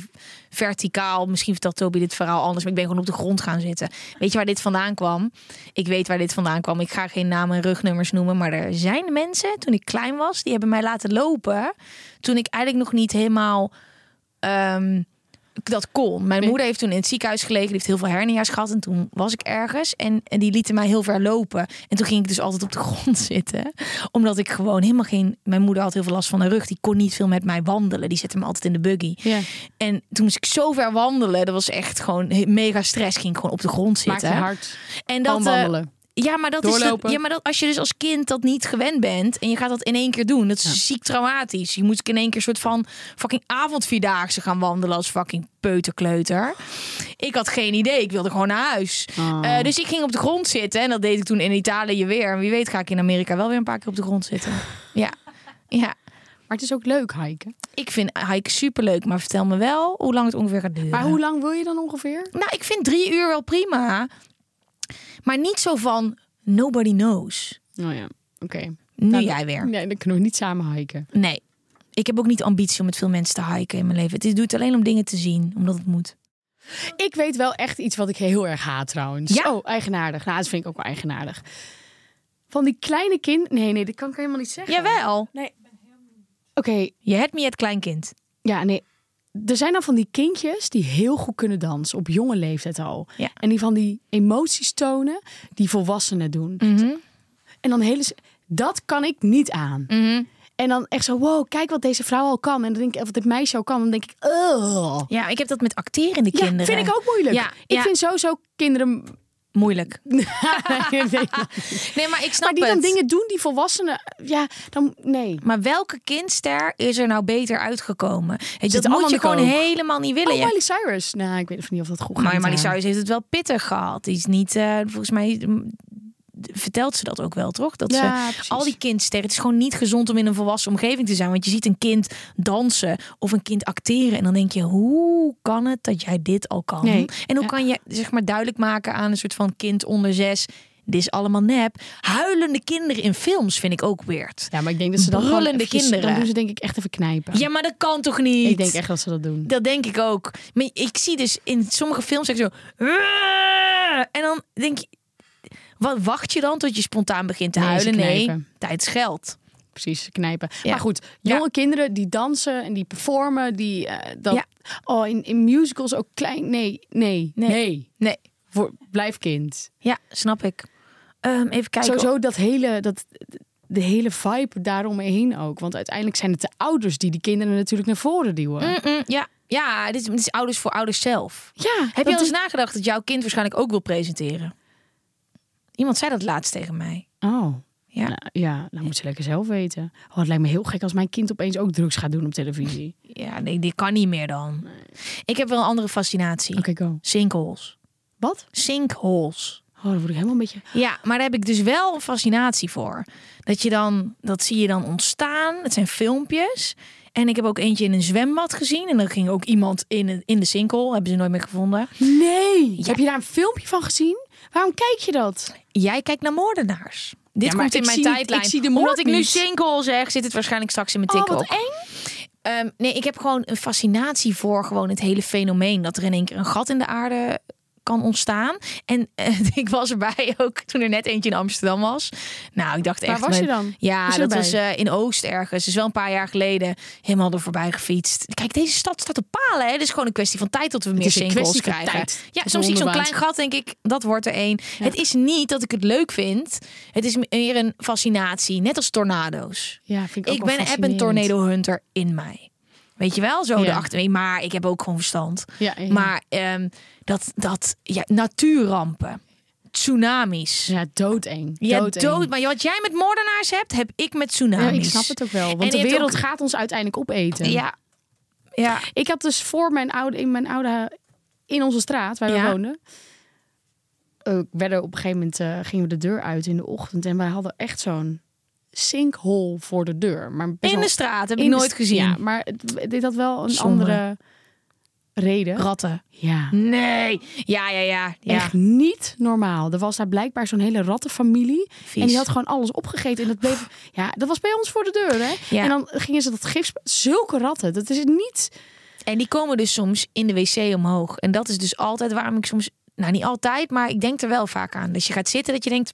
Speaker 2: verticaal. Misschien vertelt Toby dit verhaal anders, maar ik ben gewoon op de grond gaan zitten. Weet je waar dit vandaan kwam? Ik weet waar dit vandaan kwam. Ik ga geen namen en rugnummers noemen, maar er zijn mensen toen ik klein was, die hebben mij laten lopen toen ik eigenlijk nog niet helemaal ehm, dat kon. Mijn moeder heeft toen in het ziekenhuis gelegen. Die heeft heel veel hernia's gehad. En toen was ik ergens. En, en die lieten mij heel ver lopen. En toen ging ik dus altijd op de grond zitten. Omdat ik gewoon helemaal geen... Mijn moeder had heel veel last van haar rug. Die kon niet veel met mij wandelen. Die zette me altijd in de buggy.
Speaker 3: Ja.
Speaker 2: En toen moest ik zo ver wandelen. Dat was echt gewoon he- mega stress. Ging ik gewoon op de grond
Speaker 3: Maak je
Speaker 2: zitten.
Speaker 3: hard.
Speaker 2: En
Speaker 3: Gewoon
Speaker 2: dat, eh,
Speaker 3: wandelen.
Speaker 2: ja, maar dat is
Speaker 3: Doorlopen.
Speaker 2: dat, ja, maar dat als je dus als kind dat niet gewend bent en je gaat dat in één keer doen, dat is ziek traumatisch. Je moet in één keer een soort van fucking avondvierdaagse gaan wandelen als fucking peuterkleuter. Ik had geen idee. Ik wilde gewoon naar huis.
Speaker 3: Ah.
Speaker 2: Eh, dus ik ging op de grond zitten en dat deed ik toen in Italië weer. En wie weet ga ik in Amerika wel weer een paar keer op de grond zitten. Ja, ja.
Speaker 3: Maar het is ook leuk hiken.
Speaker 2: Ik vind hike superleuk, maar vertel me wel hoe lang het ongeveer gaat duren.
Speaker 3: Maar hoe lang wil je dan ongeveer?
Speaker 2: Nou, ik vind drie uur wel prima, maar niet zo van nobody knows.
Speaker 3: Oh ja. Oké.
Speaker 2: Nu
Speaker 3: Nou,
Speaker 2: jij weer.
Speaker 3: Nee, dan kunnen we niet samen hiken.
Speaker 2: Nee. Ik heb ook niet ambitie om met veel mensen te hiken in mijn leven. Het is, doe het alleen om dingen te zien, omdat het moet.
Speaker 3: Ik weet wel echt iets wat ik heel erg haat trouwens.
Speaker 2: Ja?
Speaker 3: Oh, eigenaardig. Nou, dat vind ik ook wel eigenaardig. Van die kleine kind... Nee, nee, dat kan ik helemaal niet zeggen.
Speaker 2: Jawel.
Speaker 3: Oké,
Speaker 2: Je hebt me het kleinkind.
Speaker 3: ja, nee. Er zijn dan van die kindjes die heel goed kunnen dansen. Op jonge leeftijd al.
Speaker 2: Ja.
Speaker 3: En die van die emoties tonen die volwassenen doen.
Speaker 2: Mhm.
Speaker 3: En dan hele... Dat kan ik niet aan.
Speaker 2: Mhm.
Speaker 3: En dan echt zo, wow, kijk wat deze vrouw al kan. En dan denk ik, of wat dit meisje al kan. Dan denk ik, oh.
Speaker 2: Ja, ik heb dat met acterende
Speaker 3: Ja,
Speaker 2: kinderen.
Speaker 3: vind ik ook moeilijk.
Speaker 2: Ja,
Speaker 3: ik
Speaker 2: ja.
Speaker 3: vind sowieso kinderen...
Speaker 2: moeilijk.
Speaker 3: Nee, nee.
Speaker 2: Nee, maar ik snap
Speaker 3: maar die dan
Speaker 2: het.
Speaker 3: dingen doen die volwassenen. Ja, dan nee.
Speaker 2: Maar welke kindster is er nou beter uitgekomen? Weet je,
Speaker 3: Dat
Speaker 2: dat moet je
Speaker 3: allemaal
Speaker 2: gewoon
Speaker 3: ik ook.
Speaker 2: helemaal niet willen.
Speaker 3: Oh,
Speaker 2: Je-
Speaker 3: Miley Cyrus. Nou, ik weet even niet of dat goed gaat.
Speaker 2: maar
Speaker 3: met
Speaker 2: Miley
Speaker 3: haar.
Speaker 2: Cyrus heeft het wel pittig gehad. Die is niet, eh, volgens mij mm, vertelt ze dat ook wel, toch? Dat
Speaker 3: Ja,
Speaker 2: ze
Speaker 3: precies.
Speaker 2: al die kindsterren. Het is gewoon niet gezond om in een volwassen omgeving te zijn. Want je ziet een kind dansen of een kind acteren. En dan denk je, hoe kan het dat jij dit al kan?
Speaker 3: Nee.
Speaker 2: En hoe
Speaker 3: Ja.
Speaker 2: kan je zeg maar duidelijk maken aan een soort van kind onder zes. Dit is allemaal nep. Huilende kinderen in films vind ik ook weird.
Speaker 3: Ja, maar ik denk dat ze dan
Speaker 2: Brullende
Speaker 3: gewoon eventjes-
Speaker 2: kinderen.
Speaker 3: Dan doen ze denk ik echt even knijpen.
Speaker 2: Ja, maar dat kan toch niet?
Speaker 3: ik denk echt dat ze dat doen.
Speaker 2: Dat denk ik ook. Maar ik zie dus in sommige films zeg zo. "Aah!" En dan denk je. Wat wacht je dan tot je spontaan begint te
Speaker 3: Nee, ze
Speaker 2: huilen? Nee,
Speaker 3: knijpen.
Speaker 2: tijd is geld.
Speaker 3: Precies, ze knijpen.
Speaker 2: Ja.
Speaker 3: Maar goed,
Speaker 2: Ja.
Speaker 3: jonge kinderen die dansen en die performen, die eh, dat.
Speaker 2: Ja.
Speaker 3: Oh, in, in musicals ook klein. Nee, nee, nee.
Speaker 2: Nee. Nee.
Speaker 3: Voor, blijf kind.
Speaker 2: Ja, snap ik. Ehm, even kijken.
Speaker 3: Sowieso dat hele, dat, de hele vibe daaromheen ook. Want uiteindelijk zijn het de ouders die die kinderen natuurlijk naar voren duwen.
Speaker 2: Mm-mm, ja, ja dit, is, dit is ouders voor ouders zelf.
Speaker 3: Ja,
Speaker 2: Heb je al eens
Speaker 3: is-
Speaker 2: nagedacht dat jouw kind waarschijnlijk ook wil presenteren? Iemand zei dat laatst tegen mij.
Speaker 3: Oh.
Speaker 2: Ja.
Speaker 3: Nou, ja, dat moet ze lekker zelf weten. Oh, het lijkt me heel gek als mijn kind opeens ook drugs gaat doen op televisie.
Speaker 2: Ja, nee, die kan niet meer dan. Ik heb wel een andere fascinatie.
Speaker 3: Oké, go.
Speaker 2: Sinkholes.
Speaker 3: Wat?
Speaker 2: Sinkholes.
Speaker 3: Oh, dan word ik helemaal een beetje...
Speaker 2: Ja, maar daar heb ik dus wel een fascinatie voor. Dat je dan, dat zie je dan ontstaan. Het zijn filmpjes. En ik heb ook eentje in een zwembad gezien. En dan ging ook iemand in, een- in de sinkhole. Hebben ze nooit meer gevonden.
Speaker 3: Nee! Heb je daar een filmpje van gezien? Waarom kijk je dat?
Speaker 2: Jij kijkt naar moordenaars. Dit
Speaker 3: Ja, maar
Speaker 2: komt in
Speaker 3: ik
Speaker 2: mijn
Speaker 3: zie niet-
Speaker 2: tijdlijn.
Speaker 3: ik zie de
Speaker 2: Omdat
Speaker 3: moord
Speaker 2: ik nu
Speaker 3: niet.
Speaker 2: sinkhole zeg, zit het waarschijnlijk straks in mijn
Speaker 3: Oh,
Speaker 2: TikTok.
Speaker 3: wat eng.
Speaker 2: Ehm, nee, ik heb gewoon een fascinatie voor gewoon het hele fenomeen. Dat er in één keer een gat in de aarde kan ontstaan. En eh, ik was erbij ook toen er net eentje in Amsterdam was. Nou, ik dacht
Speaker 3: Waar
Speaker 2: echt...
Speaker 3: was je
Speaker 2: mijn-
Speaker 3: dan?
Speaker 2: Ja,
Speaker 3: Was je
Speaker 2: dat
Speaker 3: erbij?
Speaker 2: was eh, in Oost ergens. Dus wel een paar jaar geleden helemaal er voorbij gefietst. Kijk, deze stad staat op palen. Hè? Het is gewoon een kwestie van tijd tot we meer
Speaker 3: is een
Speaker 2: singles
Speaker 3: kwestie van
Speaker 2: krijgen.
Speaker 3: tijd.
Speaker 2: Ja,
Speaker 3: Dat is
Speaker 2: soms zie ik zo'n
Speaker 3: wonderbaarlijk.
Speaker 2: klein gat, denk ik, dat wordt er één. Het is niet dat ik het leuk vind. Het is meer een fascinatie, net als tornado's.
Speaker 3: Ja, vind ik ook
Speaker 2: Ik
Speaker 3: wel
Speaker 2: ben heb een
Speaker 3: fascinerend.
Speaker 2: tornado hunter in mij. Weet je wel, zo
Speaker 3: Ja.
Speaker 2: de achter. Maar ik heb ook gewoon verstand.
Speaker 3: Ja, ja, ja.
Speaker 2: Maar ehm, dat, dat ja, natuurrampen, tsunamis.
Speaker 3: Ja, doodeng.
Speaker 2: Ja,
Speaker 3: doodeng.
Speaker 2: dood. Maar wat jij met moordenaars hebt, heb ik met tsunamis.
Speaker 3: Ja, ik snap het ook wel. Want
Speaker 2: En je
Speaker 3: de
Speaker 2: hebt
Speaker 3: wereld
Speaker 2: ook-
Speaker 3: gaat ons uiteindelijk opeten.
Speaker 2: Ja. Ja.
Speaker 3: Ik had dus voor mijn oude, in mijn oude hu- in onze straat waar we
Speaker 2: Ja.
Speaker 3: woonden. eh, werden op een gegeven moment eh, gingen we de deur uit in de ochtend en wij hadden echt zo'n sinkhole voor de deur. Maar best
Speaker 2: In
Speaker 3: wel-
Speaker 2: de straat heb
Speaker 3: in
Speaker 2: ik
Speaker 3: de
Speaker 2: nooit
Speaker 3: st-
Speaker 2: gezien.
Speaker 3: Ja, maar het- dit had wel een
Speaker 2: Zonde.
Speaker 3: andere reden.
Speaker 2: Ratten.
Speaker 3: ja.
Speaker 2: Nee. Ja, ja, ja. ja.
Speaker 3: Echt niet normaal. Er was daar blijkbaar zo'n hele rattenfamilie. En die had gewoon alles opgegeten. En dat bleef. Ja, dat was bij ons voor de deur. Hè?
Speaker 2: Ja.
Speaker 3: En dan gingen ze dat gif. Zulke ratten. Dat is niet.
Speaker 2: En die komen dus soms in de wc omhoog. En dat is dus altijd waarom ik soms... Nou, niet altijd, maar ik denk er wel vaak aan. Dus je gaat zitten dat je denkt...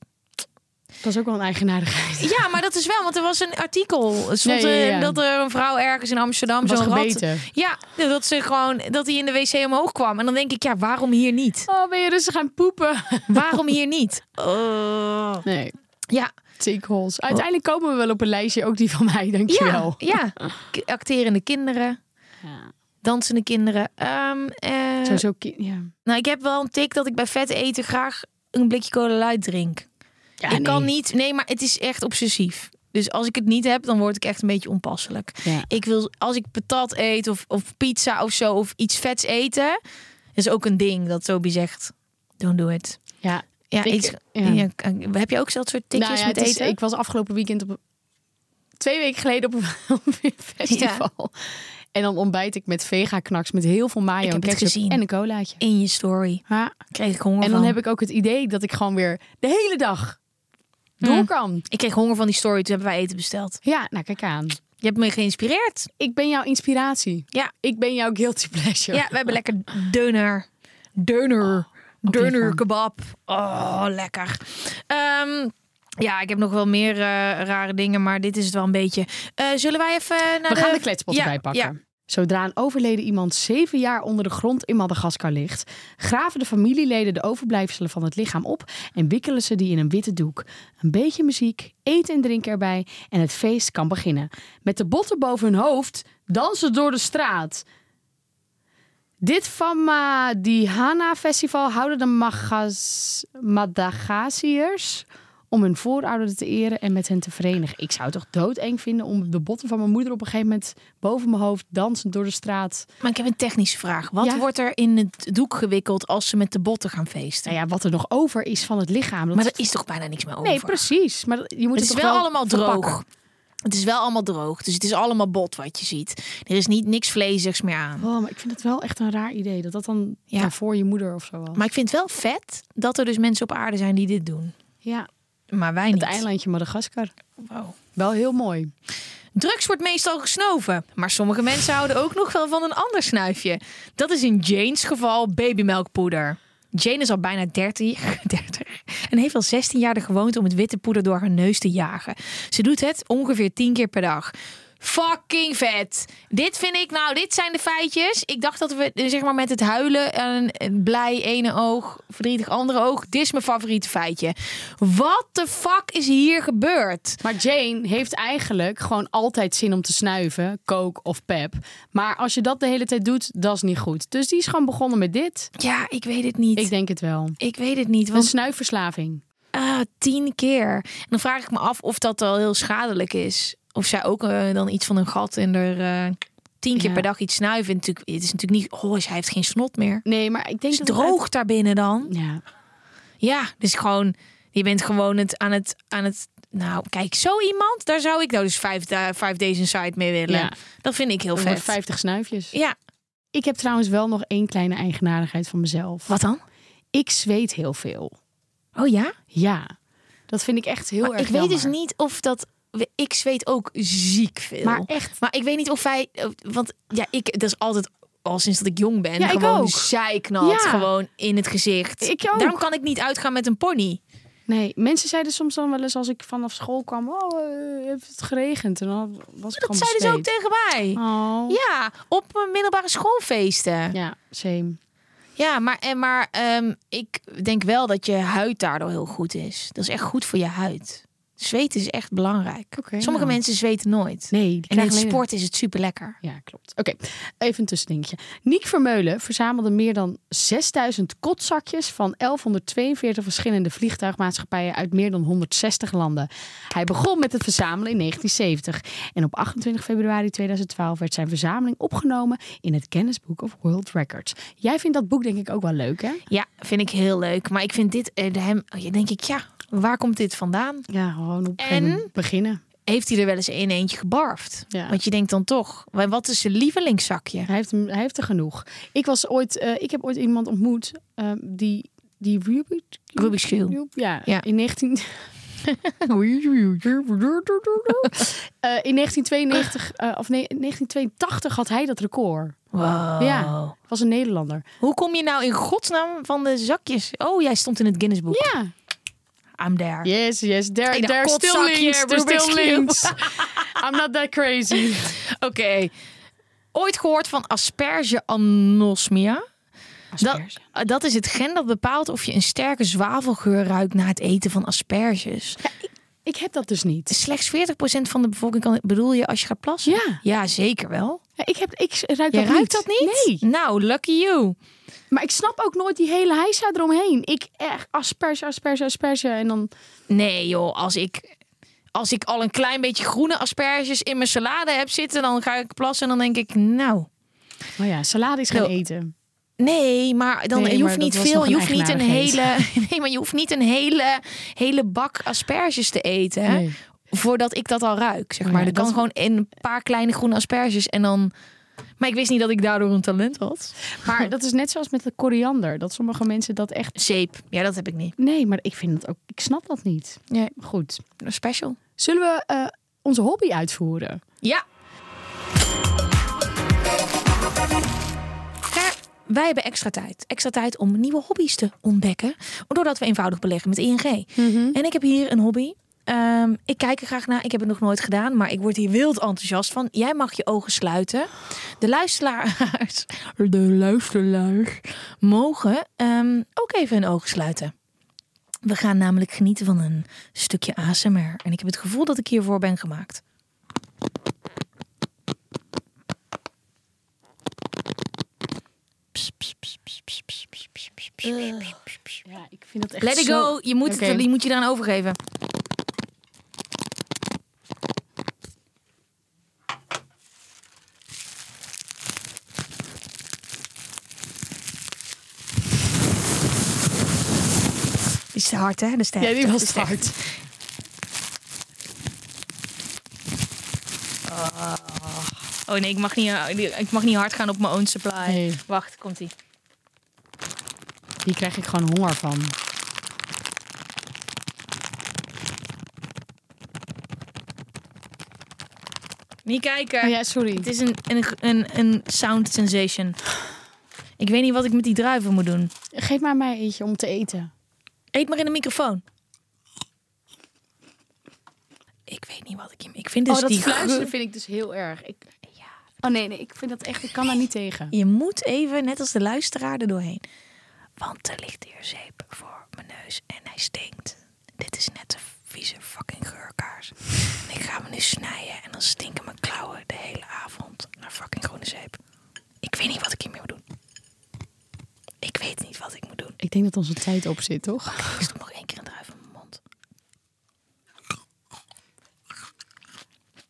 Speaker 3: Dat is ook wel een eigenaardigheid.
Speaker 2: Ja, maar dat is wel, want er was een artikel. Er stond
Speaker 3: Ja, ja, ja.
Speaker 2: eh, dat er een vrouw ergens in Amsterdam
Speaker 3: Was
Speaker 2: zo'n
Speaker 3: gebeten.
Speaker 2: rat... Ja, dat ze gewoon... Dat hij in de wc omhoog kwam. En dan denk ik, ja, waarom hier niet?
Speaker 3: Oh, ben je rustig gaan poepen?
Speaker 2: Waarom hier niet? Oh.
Speaker 3: Nee,
Speaker 2: Ja,
Speaker 3: sinkholes. Uiteindelijk komen we wel op een lijstje, ook die van mij,
Speaker 2: Oh. ja,
Speaker 3: dankjewel.
Speaker 2: ja. K- Acterende kinderen.
Speaker 3: Ja.
Speaker 2: Dansende kinderen. Ehm, eh,
Speaker 3: Zo, zo, ki- ja.
Speaker 2: Nou, ik heb wel een tik dat ik bij vet eten graag een blikje cola light drink. ik kan niet, nee, maar het is echt obsessief. Dus als ik het niet heb, dan word ik echt een beetje onpasselijk.
Speaker 3: Ja.
Speaker 2: Ik wil, als ik patat eet of, of pizza of zo, of iets vets eten, is ook een ding dat Toby zegt: don't do it.
Speaker 3: Ja.
Speaker 2: Ja,
Speaker 3: Ik-
Speaker 2: iets,
Speaker 3: ja.
Speaker 2: ja, heb je ook dat soort tikjes
Speaker 3: Nou ja,
Speaker 2: met
Speaker 3: het is-
Speaker 2: eten?
Speaker 3: ik was afgelopen weekend op een- twee weken geleden op een, op een festival. En dan ontbijt ik met vega knaks met heel veel mayo
Speaker 2: Ik heb
Speaker 3: en
Speaker 2: het
Speaker 3: ketchup
Speaker 2: gezien.
Speaker 3: en een colaatje.
Speaker 2: In je story
Speaker 3: Ja.
Speaker 2: kreeg ik honger
Speaker 3: En dan
Speaker 2: van.
Speaker 3: heb ik ook het idee dat ik gewoon weer de hele dag
Speaker 2: Hmm.
Speaker 3: door kan.
Speaker 2: Ik kreeg honger van die story, toen hebben wij eten besteld.
Speaker 3: Ja, nou kijk aan.
Speaker 2: Je hebt me geïnspireerd.
Speaker 3: Ik ben jouw inspiratie.
Speaker 2: Ja.
Speaker 3: Ik ben jouw guilty pleasure.
Speaker 2: Ja, we hebben lekker deuner. Deuner. Deuner kebab. Oh, lekker. Ehm, ja, ik heb nog wel meer eh, rare dingen, maar dit is het wel een beetje. Eh, zullen wij even naar
Speaker 3: We
Speaker 2: de...
Speaker 3: gaan de kletspot
Speaker 2: Ja,
Speaker 3: erbij pakken.
Speaker 2: ja.
Speaker 3: Zodra een overleden iemand zeven jaar onder de grond in Madagaskar ligt, graven de familieleden de overblijfselen van het lichaam op en wikkelen ze die in een witte doek. Een beetje muziek, eten en drinken erbij en het feest kan beginnen. Met de botten boven hun hoofd dansen ze door de straat. Dit Fama Dihana Festival houden de Magas- Madagasiërs om hun voorouderen te eren en met hen te verenigen. Ik zou het toch doodeng vinden om de botten van mijn moeder op een gegeven moment boven mijn hoofd dansend door de straat.
Speaker 2: Maar ik heb een technische vraag. Wat
Speaker 3: Ja.
Speaker 2: wordt er in het doek gewikkeld als ze met de botten gaan feesten?
Speaker 3: Nou ja, wat er nog over is van het lichaam. dat-
Speaker 2: Maar er is toch bijna niks meer over?
Speaker 3: Nee, precies. Maar dat- je moet
Speaker 2: Het
Speaker 3: het,
Speaker 2: is
Speaker 3: toch
Speaker 2: wel allemaal
Speaker 3: verpakken.
Speaker 2: droog. Het is wel allemaal droog, dus het is allemaal bot wat je ziet. Er is niet niks vleesigs meer aan.
Speaker 3: Oh, maar ik vind het wel echt een raar idee dat dat dan
Speaker 2: Ja.
Speaker 3: ja. voor je moeder of zo was.
Speaker 2: Maar ik vind het wel vet dat er dus mensen op aarde zijn die dit doen.
Speaker 3: ja,
Speaker 2: Maar wij niet.
Speaker 3: het eilandje Madagaskar.
Speaker 2: Wow.
Speaker 3: Wel heel mooi.
Speaker 2: Drugs wordt meestal gesnoven, maar sommige mensen houden ook nog wel van een ander snuifje. Dat is in Jane's geval babymelkpoeder. Jane is al bijna 30, 30 en heeft al 16 jaar de gewoonte om het witte poeder door haar neus te jagen. Ze doet het ongeveer 10 keer per dag. Fucking vet. Dit vind ik nou, dit zijn de feitjes. Ik dacht dat we eh, zeg maar met het huilen en een blij ene oog, verdrietig andere oog. Dit is mijn favoriete feitje. Wat de fuck is hier gebeurd?
Speaker 3: Maar Jane heeft eigenlijk gewoon altijd zin om te snuiven, coke of pep. Maar als je dat de hele tijd doet, dat is niet goed. Dus die is gewoon begonnen met dit.
Speaker 2: Ja, ik weet het niet.
Speaker 3: Ik denk Dus- het wel.
Speaker 2: Ik weet het niet,
Speaker 3: Een
Speaker 2: want
Speaker 3: snuifverslaving.
Speaker 2: ah, tien keer. En dan vraag ik me af of dat al heel schadelijk is. Of zij ook eh, dan iets van een gat en er eh, tien keer
Speaker 3: Ja.
Speaker 2: per dag iets snuiven. En Natuurlijk, het is natuurlijk niet, oh, zij heeft geen snot meer.
Speaker 3: Nee, maar ik denk
Speaker 2: Het is
Speaker 3: dat
Speaker 2: droog daar binnen dan.
Speaker 3: het- Ja.
Speaker 2: Ja, dus gewoon, je bent gewoon het, aan, het, aan het, nou kijk, zo iemand, daar zou ik nou dus vijf, da- vijf days inside mee willen.
Speaker 3: Ja.
Speaker 2: Dat vind ik heel
Speaker 3: Over
Speaker 2: vet.
Speaker 3: 50 snuifjes.
Speaker 2: Ja,
Speaker 3: Ik heb trouwens wel nog één kleine eigenaardigheid van mezelf.
Speaker 2: wat dan?
Speaker 3: Ik zweet heel veel.
Speaker 2: Oh ja?
Speaker 3: Ja. Dat vind ik echt heel
Speaker 2: Maar
Speaker 3: erg
Speaker 2: ik weet dus
Speaker 3: jammer.
Speaker 2: niet of dat. Ik zweet ook ziek veel.
Speaker 3: Maar echt.
Speaker 2: Maar ik weet niet of wij. Want ja, ik. Dat is altijd al sinds dat ik jong ben.
Speaker 3: Ja, ik
Speaker 2: gewoon
Speaker 3: ook.
Speaker 2: zeiknat.
Speaker 3: Ja.
Speaker 2: Gewoon in het gezicht.
Speaker 3: Ik ook.
Speaker 2: Daarom kan ik niet uitgaan met een pony.
Speaker 3: Nee, mensen zeiden soms dan wel eens als ik vanaf school kwam... Oh, eh, heeft het geregend? En dan was ik
Speaker 2: Dat
Speaker 3: gewoon
Speaker 2: zeiden ze ook
Speaker 3: bezweet.
Speaker 2: tegen mij.
Speaker 3: Oh.
Speaker 2: Ja, op eh, middelbare schoolfeesten. Ja,
Speaker 3: Ja, same.
Speaker 2: maar, en, maar ehm, ik denk wel dat je huid daardoor heel goed is. Dat is echt goed voor je huid. Zweten is echt belangrijk.
Speaker 3: Oké,
Speaker 2: Sommige
Speaker 3: nou.
Speaker 2: mensen zweten nooit.
Speaker 3: Nee, die
Speaker 2: en in
Speaker 3: krijgen
Speaker 2: het
Speaker 3: alleen-
Speaker 2: sport is het super lekker.
Speaker 3: Ja, klopt. Oké, even een tussendinkje. Niek Vermeulen verzamelde meer dan 6000 kotzakjes van 1142 verschillende vliegtuigmaatschappijen uit meer dan 160 landen. Hij begon met het verzamelen in 1970 en op 28 februari 2012 werd zijn verzameling opgenomen in het Guinness Book of World Records. Jij vindt dat boek denk ik ook wel leuk, hè?
Speaker 2: Ja, vind ik heel leuk. Maar ik vind dit eh, de hem. oh, ja, denk ik, ja, waar komt dit vandaan?
Speaker 3: Ja, gewoon op
Speaker 2: een gegeven moment
Speaker 3: beginnen.
Speaker 2: Heeft hij er wel eens in eentje gebarfd?
Speaker 3: Ja.
Speaker 2: Want je denkt dan toch, wa- wat is zijn lievelingszakje?
Speaker 3: Hij heeft, hem- hij heeft er genoeg. Ik, was ooit, eh, ik heb ooit iemand ontmoet eh, die, die Rubik,
Speaker 2: Rubik's Cube.
Speaker 3: Joep, Ja,
Speaker 2: Ja.
Speaker 3: in 19... Eh, in 1992 eh, of nee, 1982 had hij dat record.
Speaker 2: Wow.
Speaker 3: Ja, was een Nederlander.
Speaker 2: Hoe kom je nou in godsnaam van de zakjes? Oh, jij stond in het Guinness Book.
Speaker 3: Ja.
Speaker 2: I'm there.
Speaker 3: Yes, yes. There,
Speaker 2: Ik dacht,
Speaker 3: there still
Speaker 2: kotzakje,
Speaker 3: links. There's
Speaker 2: Rubik's
Speaker 3: still
Speaker 2: Cube.
Speaker 3: links. I'm not that crazy.
Speaker 2: Oké. Ooit gehoord van asperge anosmia? Dat, dat is het gen dat bepaalt of je een sterke zwavelgeur ruikt na het eten van asperges.
Speaker 3: Ik heb dat dus niet.
Speaker 2: Slechts 40% van de bevolking kan bedoel je als je gaat plassen?
Speaker 3: Ja.
Speaker 2: Ja, zeker wel.
Speaker 3: Ja, Eh, Ik, heb, ik ruik
Speaker 2: Jij
Speaker 3: dat
Speaker 2: ruikt
Speaker 3: niet.
Speaker 2: dat niet?
Speaker 3: Nee.
Speaker 2: Nou, lucky you.
Speaker 3: Maar ik snap ook nooit die hele heisa eromheen. Ik echt asperge, asperge, asperge. En dan...
Speaker 2: Nee joh, als ik, als ik al een klein beetje groene asperges in mijn salade heb zitten, dan ga ik plassen en dan denk ik, nou...
Speaker 3: Oh ja, salade is gaan
Speaker 2: Nou,
Speaker 3: eten.
Speaker 2: Nee, maar dan
Speaker 3: Nee,
Speaker 2: je hoeft
Speaker 3: maar
Speaker 2: niet
Speaker 3: dat was nog
Speaker 2: veel.
Speaker 3: een
Speaker 2: Je hoeft niet een hele.
Speaker 3: eigenaardigheid.
Speaker 2: Nee, maar je hoeft niet een hele, hele bak asperges te eten. hè,
Speaker 3: Nee.
Speaker 2: Voordat ik dat al ruik. Zeg
Speaker 3: Oh
Speaker 2: maar.
Speaker 3: ja,
Speaker 2: er kan
Speaker 3: dat-
Speaker 2: gewoon een paar kleine groene asperges en dan Maar ik wist niet dat ik daardoor een talent had.
Speaker 3: Maar dat is net zoals met de koriander. Dat sommige mensen dat echt...
Speaker 2: Zeep. Ja, dat heb ik niet.
Speaker 3: Nee, maar ik vind dat ook... Ik snap dat niet.
Speaker 2: Nee.
Speaker 3: Goed.
Speaker 2: Special.
Speaker 3: Zullen we eh, onze hobby uitvoeren?
Speaker 2: Ja. Maar wij hebben extra tijd. Extra tijd om nieuwe hobby's te ontdekken. Doordat we eenvoudig beleggen met ING. En ik heb hier een hobby. Ehm, ik kijk er graag naar. Ik heb het nog nooit gedaan. Maar ik word hier wild enthousiast van. Jij mag je ogen sluiten. De luisteraars, de luisteraars mogen ehm, ook even hun ogen sluiten. We gaan namelijk genieten van een stukje ASMR. En ik heb het gevoel dat ik hiervoor ben gemaakt.
Speaker 3: Ja, ik vind dat echt
Speaker 2: Let it go. Je moet,
Speaker 3: Oké.
Speaker 2: het, je moet je eraan overgeven. Die is te hard, hè? De sterk.
Speaker 3: Ja, die was hard.
Speaker 2: Oh nee, ik mag niet, eh, ik mag niet hard gaan op mijn own supply.
Speaker 3: Nee.
Speaker 2: Wacht, komt-ie.
Speaker 3: Hier krijg ik gewoon honger van.
Speaker 2: Niet kijken.
Speaker 3: Oh ja, sorry.
Speaker 2: Het is een, een, een, een sound sensation. Ik weet niet wat ik met die druiven moet doen.
Speaker 3: Geef maar mij eentje om te eten.
Speaker 2: Eet maar in de microfoon. Ik weet niet wat ik... Ik vind dus
Speaker 3: oh, dat
Speaker 2: die
Speaker 3: fluisteren
Speaker 2: geur-
Speaker 3: vind ik dus heel erg. Ik... Oh nee, nee, ik vind dat echt... Ik kan daar niet tegen.
Speaker 2: Je moet even, net als de luisteraar, er doorheen. Want er ligt hier zeep voor mijn neus en hij stinkt. Dit is net een vieze fucking geurkaars. En ik ga me nu snijden en dan stinken mijn klauwen de hele avond naar fucking groene zeep. Ik weet niet wat ik hiermee moet doen. Ik weet niet wat ik moet doen.
Speaker 3: Ik denk dat onze tijd op zit, toch?
Speaker 2: Ik stop nog één keer een druif in mijn mond.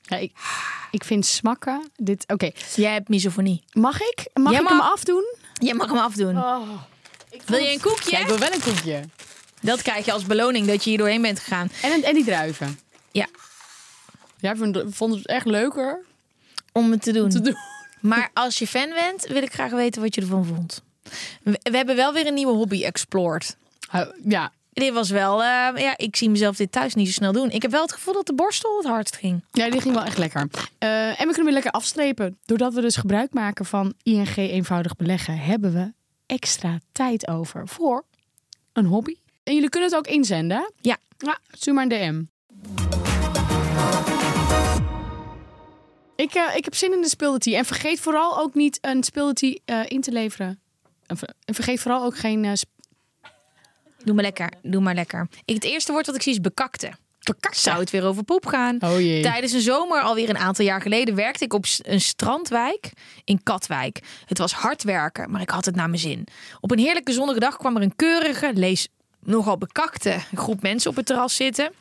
Speaker 3: Ja, ik, ik vind smakken... Dit... Oké,
Speaker 2: Jij hebt misofonie. Oh.
Speaker 3: mag ik? Mag
Speaker 2: Jij
Speaker 3: ik
Speaker 2: mag-
Speaker 3: hem afdoen?
Speaker 2: Jij mag hem afdoen. Wil je een koekje?
Speaker 3: Ja, ik wil wel een koekje.
Speaker 2: Dat krijg je als beloning dat je hier doorheen bent gegaan.
Speaker 3: En, en die druiven.
Speaker 2: Ja,
Speaker 3: Jij vond, vond het echt leuker
Speaker 2: om het te doen.
Speaker 3: te doen.
Speaker 2: Maar als je fan bent, wil ik graag weten wat je ervan vond. We, we hebben wel weer een nieuwe hobby explored.
Speaker 3: Oh, Ja,
Speaker 2: Dit was wel, eh, ja, ik zie mezelf dit thuis niet zo snel doen. Ik heb wel het gevoel dat de borstel het hardst ging.
Speaker 3: Ja, die ging wel echt lekker. Eh, en we kunnen weer lekker afstrepen. Doordat we dus gebruik maken van ING eenvoudig beleggen, hebben we extra tijd over voor een hobby. En jullie kunnen het ook inzenden. hè?
Speaker 2: Ja.
Speaker 3: Ja, stuur maar een DM. Ik, eh, ik heb zin in de speeldertie. En vergeet vooral ook niet een speeldertie eh, in te leveren. En ver- en vergeet vooral ook geen... eh, sp-
Speaker 2: Doe maar lekker, doe maar lekker. Ik, het eerste woord dat ik zie is bekakte. Bekakte? Zou het weer over poep gaan?
Speaker 3: Oh jee.
Speaker 2: Tijdens een zomer, alweer een aantal jaar geleden, werkte ik op s- een strandwijk in Katwijk. Het was hard werken, maar ik had het naar mijn zin. Op een heerlijke zonnige dag kwam er een keurige, lees nogal bekakte groep mensen op het terras zitten.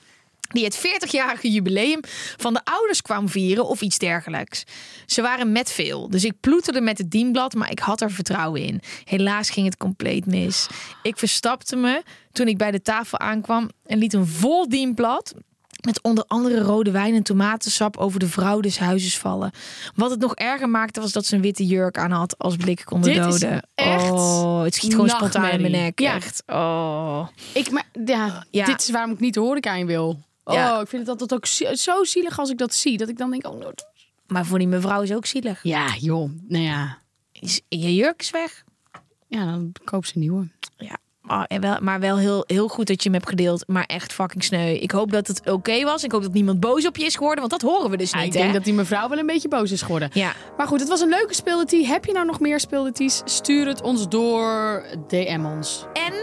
Speaker 2: Die het 40-jarige jubileum van de ouders kwam vieren of iets dergelijks. Ze waren met veel, dus ik ploeterde met het dienblad, maar ik had er vertrouwen in. Helaas ging het compleet mis. Ik verstapte me toen ik bij de tafel aankwam en liet een vol dienblad met onder andere rode wijn en tomatensap over de vrouw des huizes vallen. Wat het nog erger maakte was dat ze een witte jurk aan had als blik konden
Speaker 3: Dit is
Speaker 2: doden.
Speaker 3: echt
Speaker 2: oh, het schiet gewoon spontaan in mijn
Speaker 3: nachtmerrie.
Speaker 2: nek.
Speaker 3: Ja.
Speaker 2: Echt. Oh.
Speaker 3: Ik, maar, ja,
Speaker 2: Ja.
Speaker 3: Dit is waarom ik niet de horeca in wil. Oh,
Speaker 2: Ja.
Speaker 3: ik vind het altijd ook zie- zo zielig als ik dat zie. Dat ik dan denk, oh... no-
Speaker 2: Maar voor die mevrouw is ook zielig.
Speaker 3: Ja, joh. Nou ja.
Speaker 2: Is- Je jurk is weg.
Speaker 3: Ja, dan koop ze een nieuwe.
Speaker 2: Ja. Oh, en wel, maar wel heel, heel goed dat je hem hebt gedeeld. Maar echt fucking sneu. Ik hoop dat het oké was. Ik hoop dat niemand boos op je is geworden. Want dat horen we dus
Speaker 3: Ja,
Speaker 2: niet.
Speaker 3: Ah, ik denk
Speaker 2: hè?
Speaker 3: dat die mevrouw wel een beetje boos is geworden.
Speaker 2: Ja.
Speaker 3: Maar goed, het was een leuke speeldertie. Heb je nou nog meer speelderties? Stuur het ons door. DM ons.
Speaker 2: En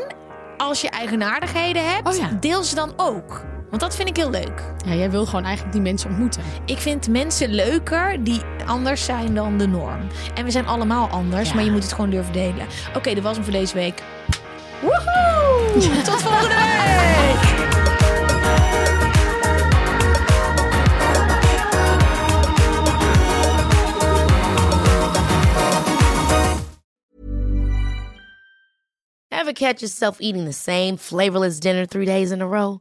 Speaker 2: als je eigenaardigheden hebt,
Speaker 3: Oh ja.
Speaker 2: deel ze dan ook. Want dat vind ik heel leuk.
Speaker 3: Ja, jij wil gewoon eigenlijk die mensen ontmoeten.
Speaker 2: Ik vind mensen leuker die anders zijn dan de norm. En we zijn allemaal anders, maar je moet het gewoon durven delen. Oké, dat was hem voor deze week. Woehoe! Tot volgende week!
Speaker 7: Ever catch yourself eating the same flavorless dinner three days in a row?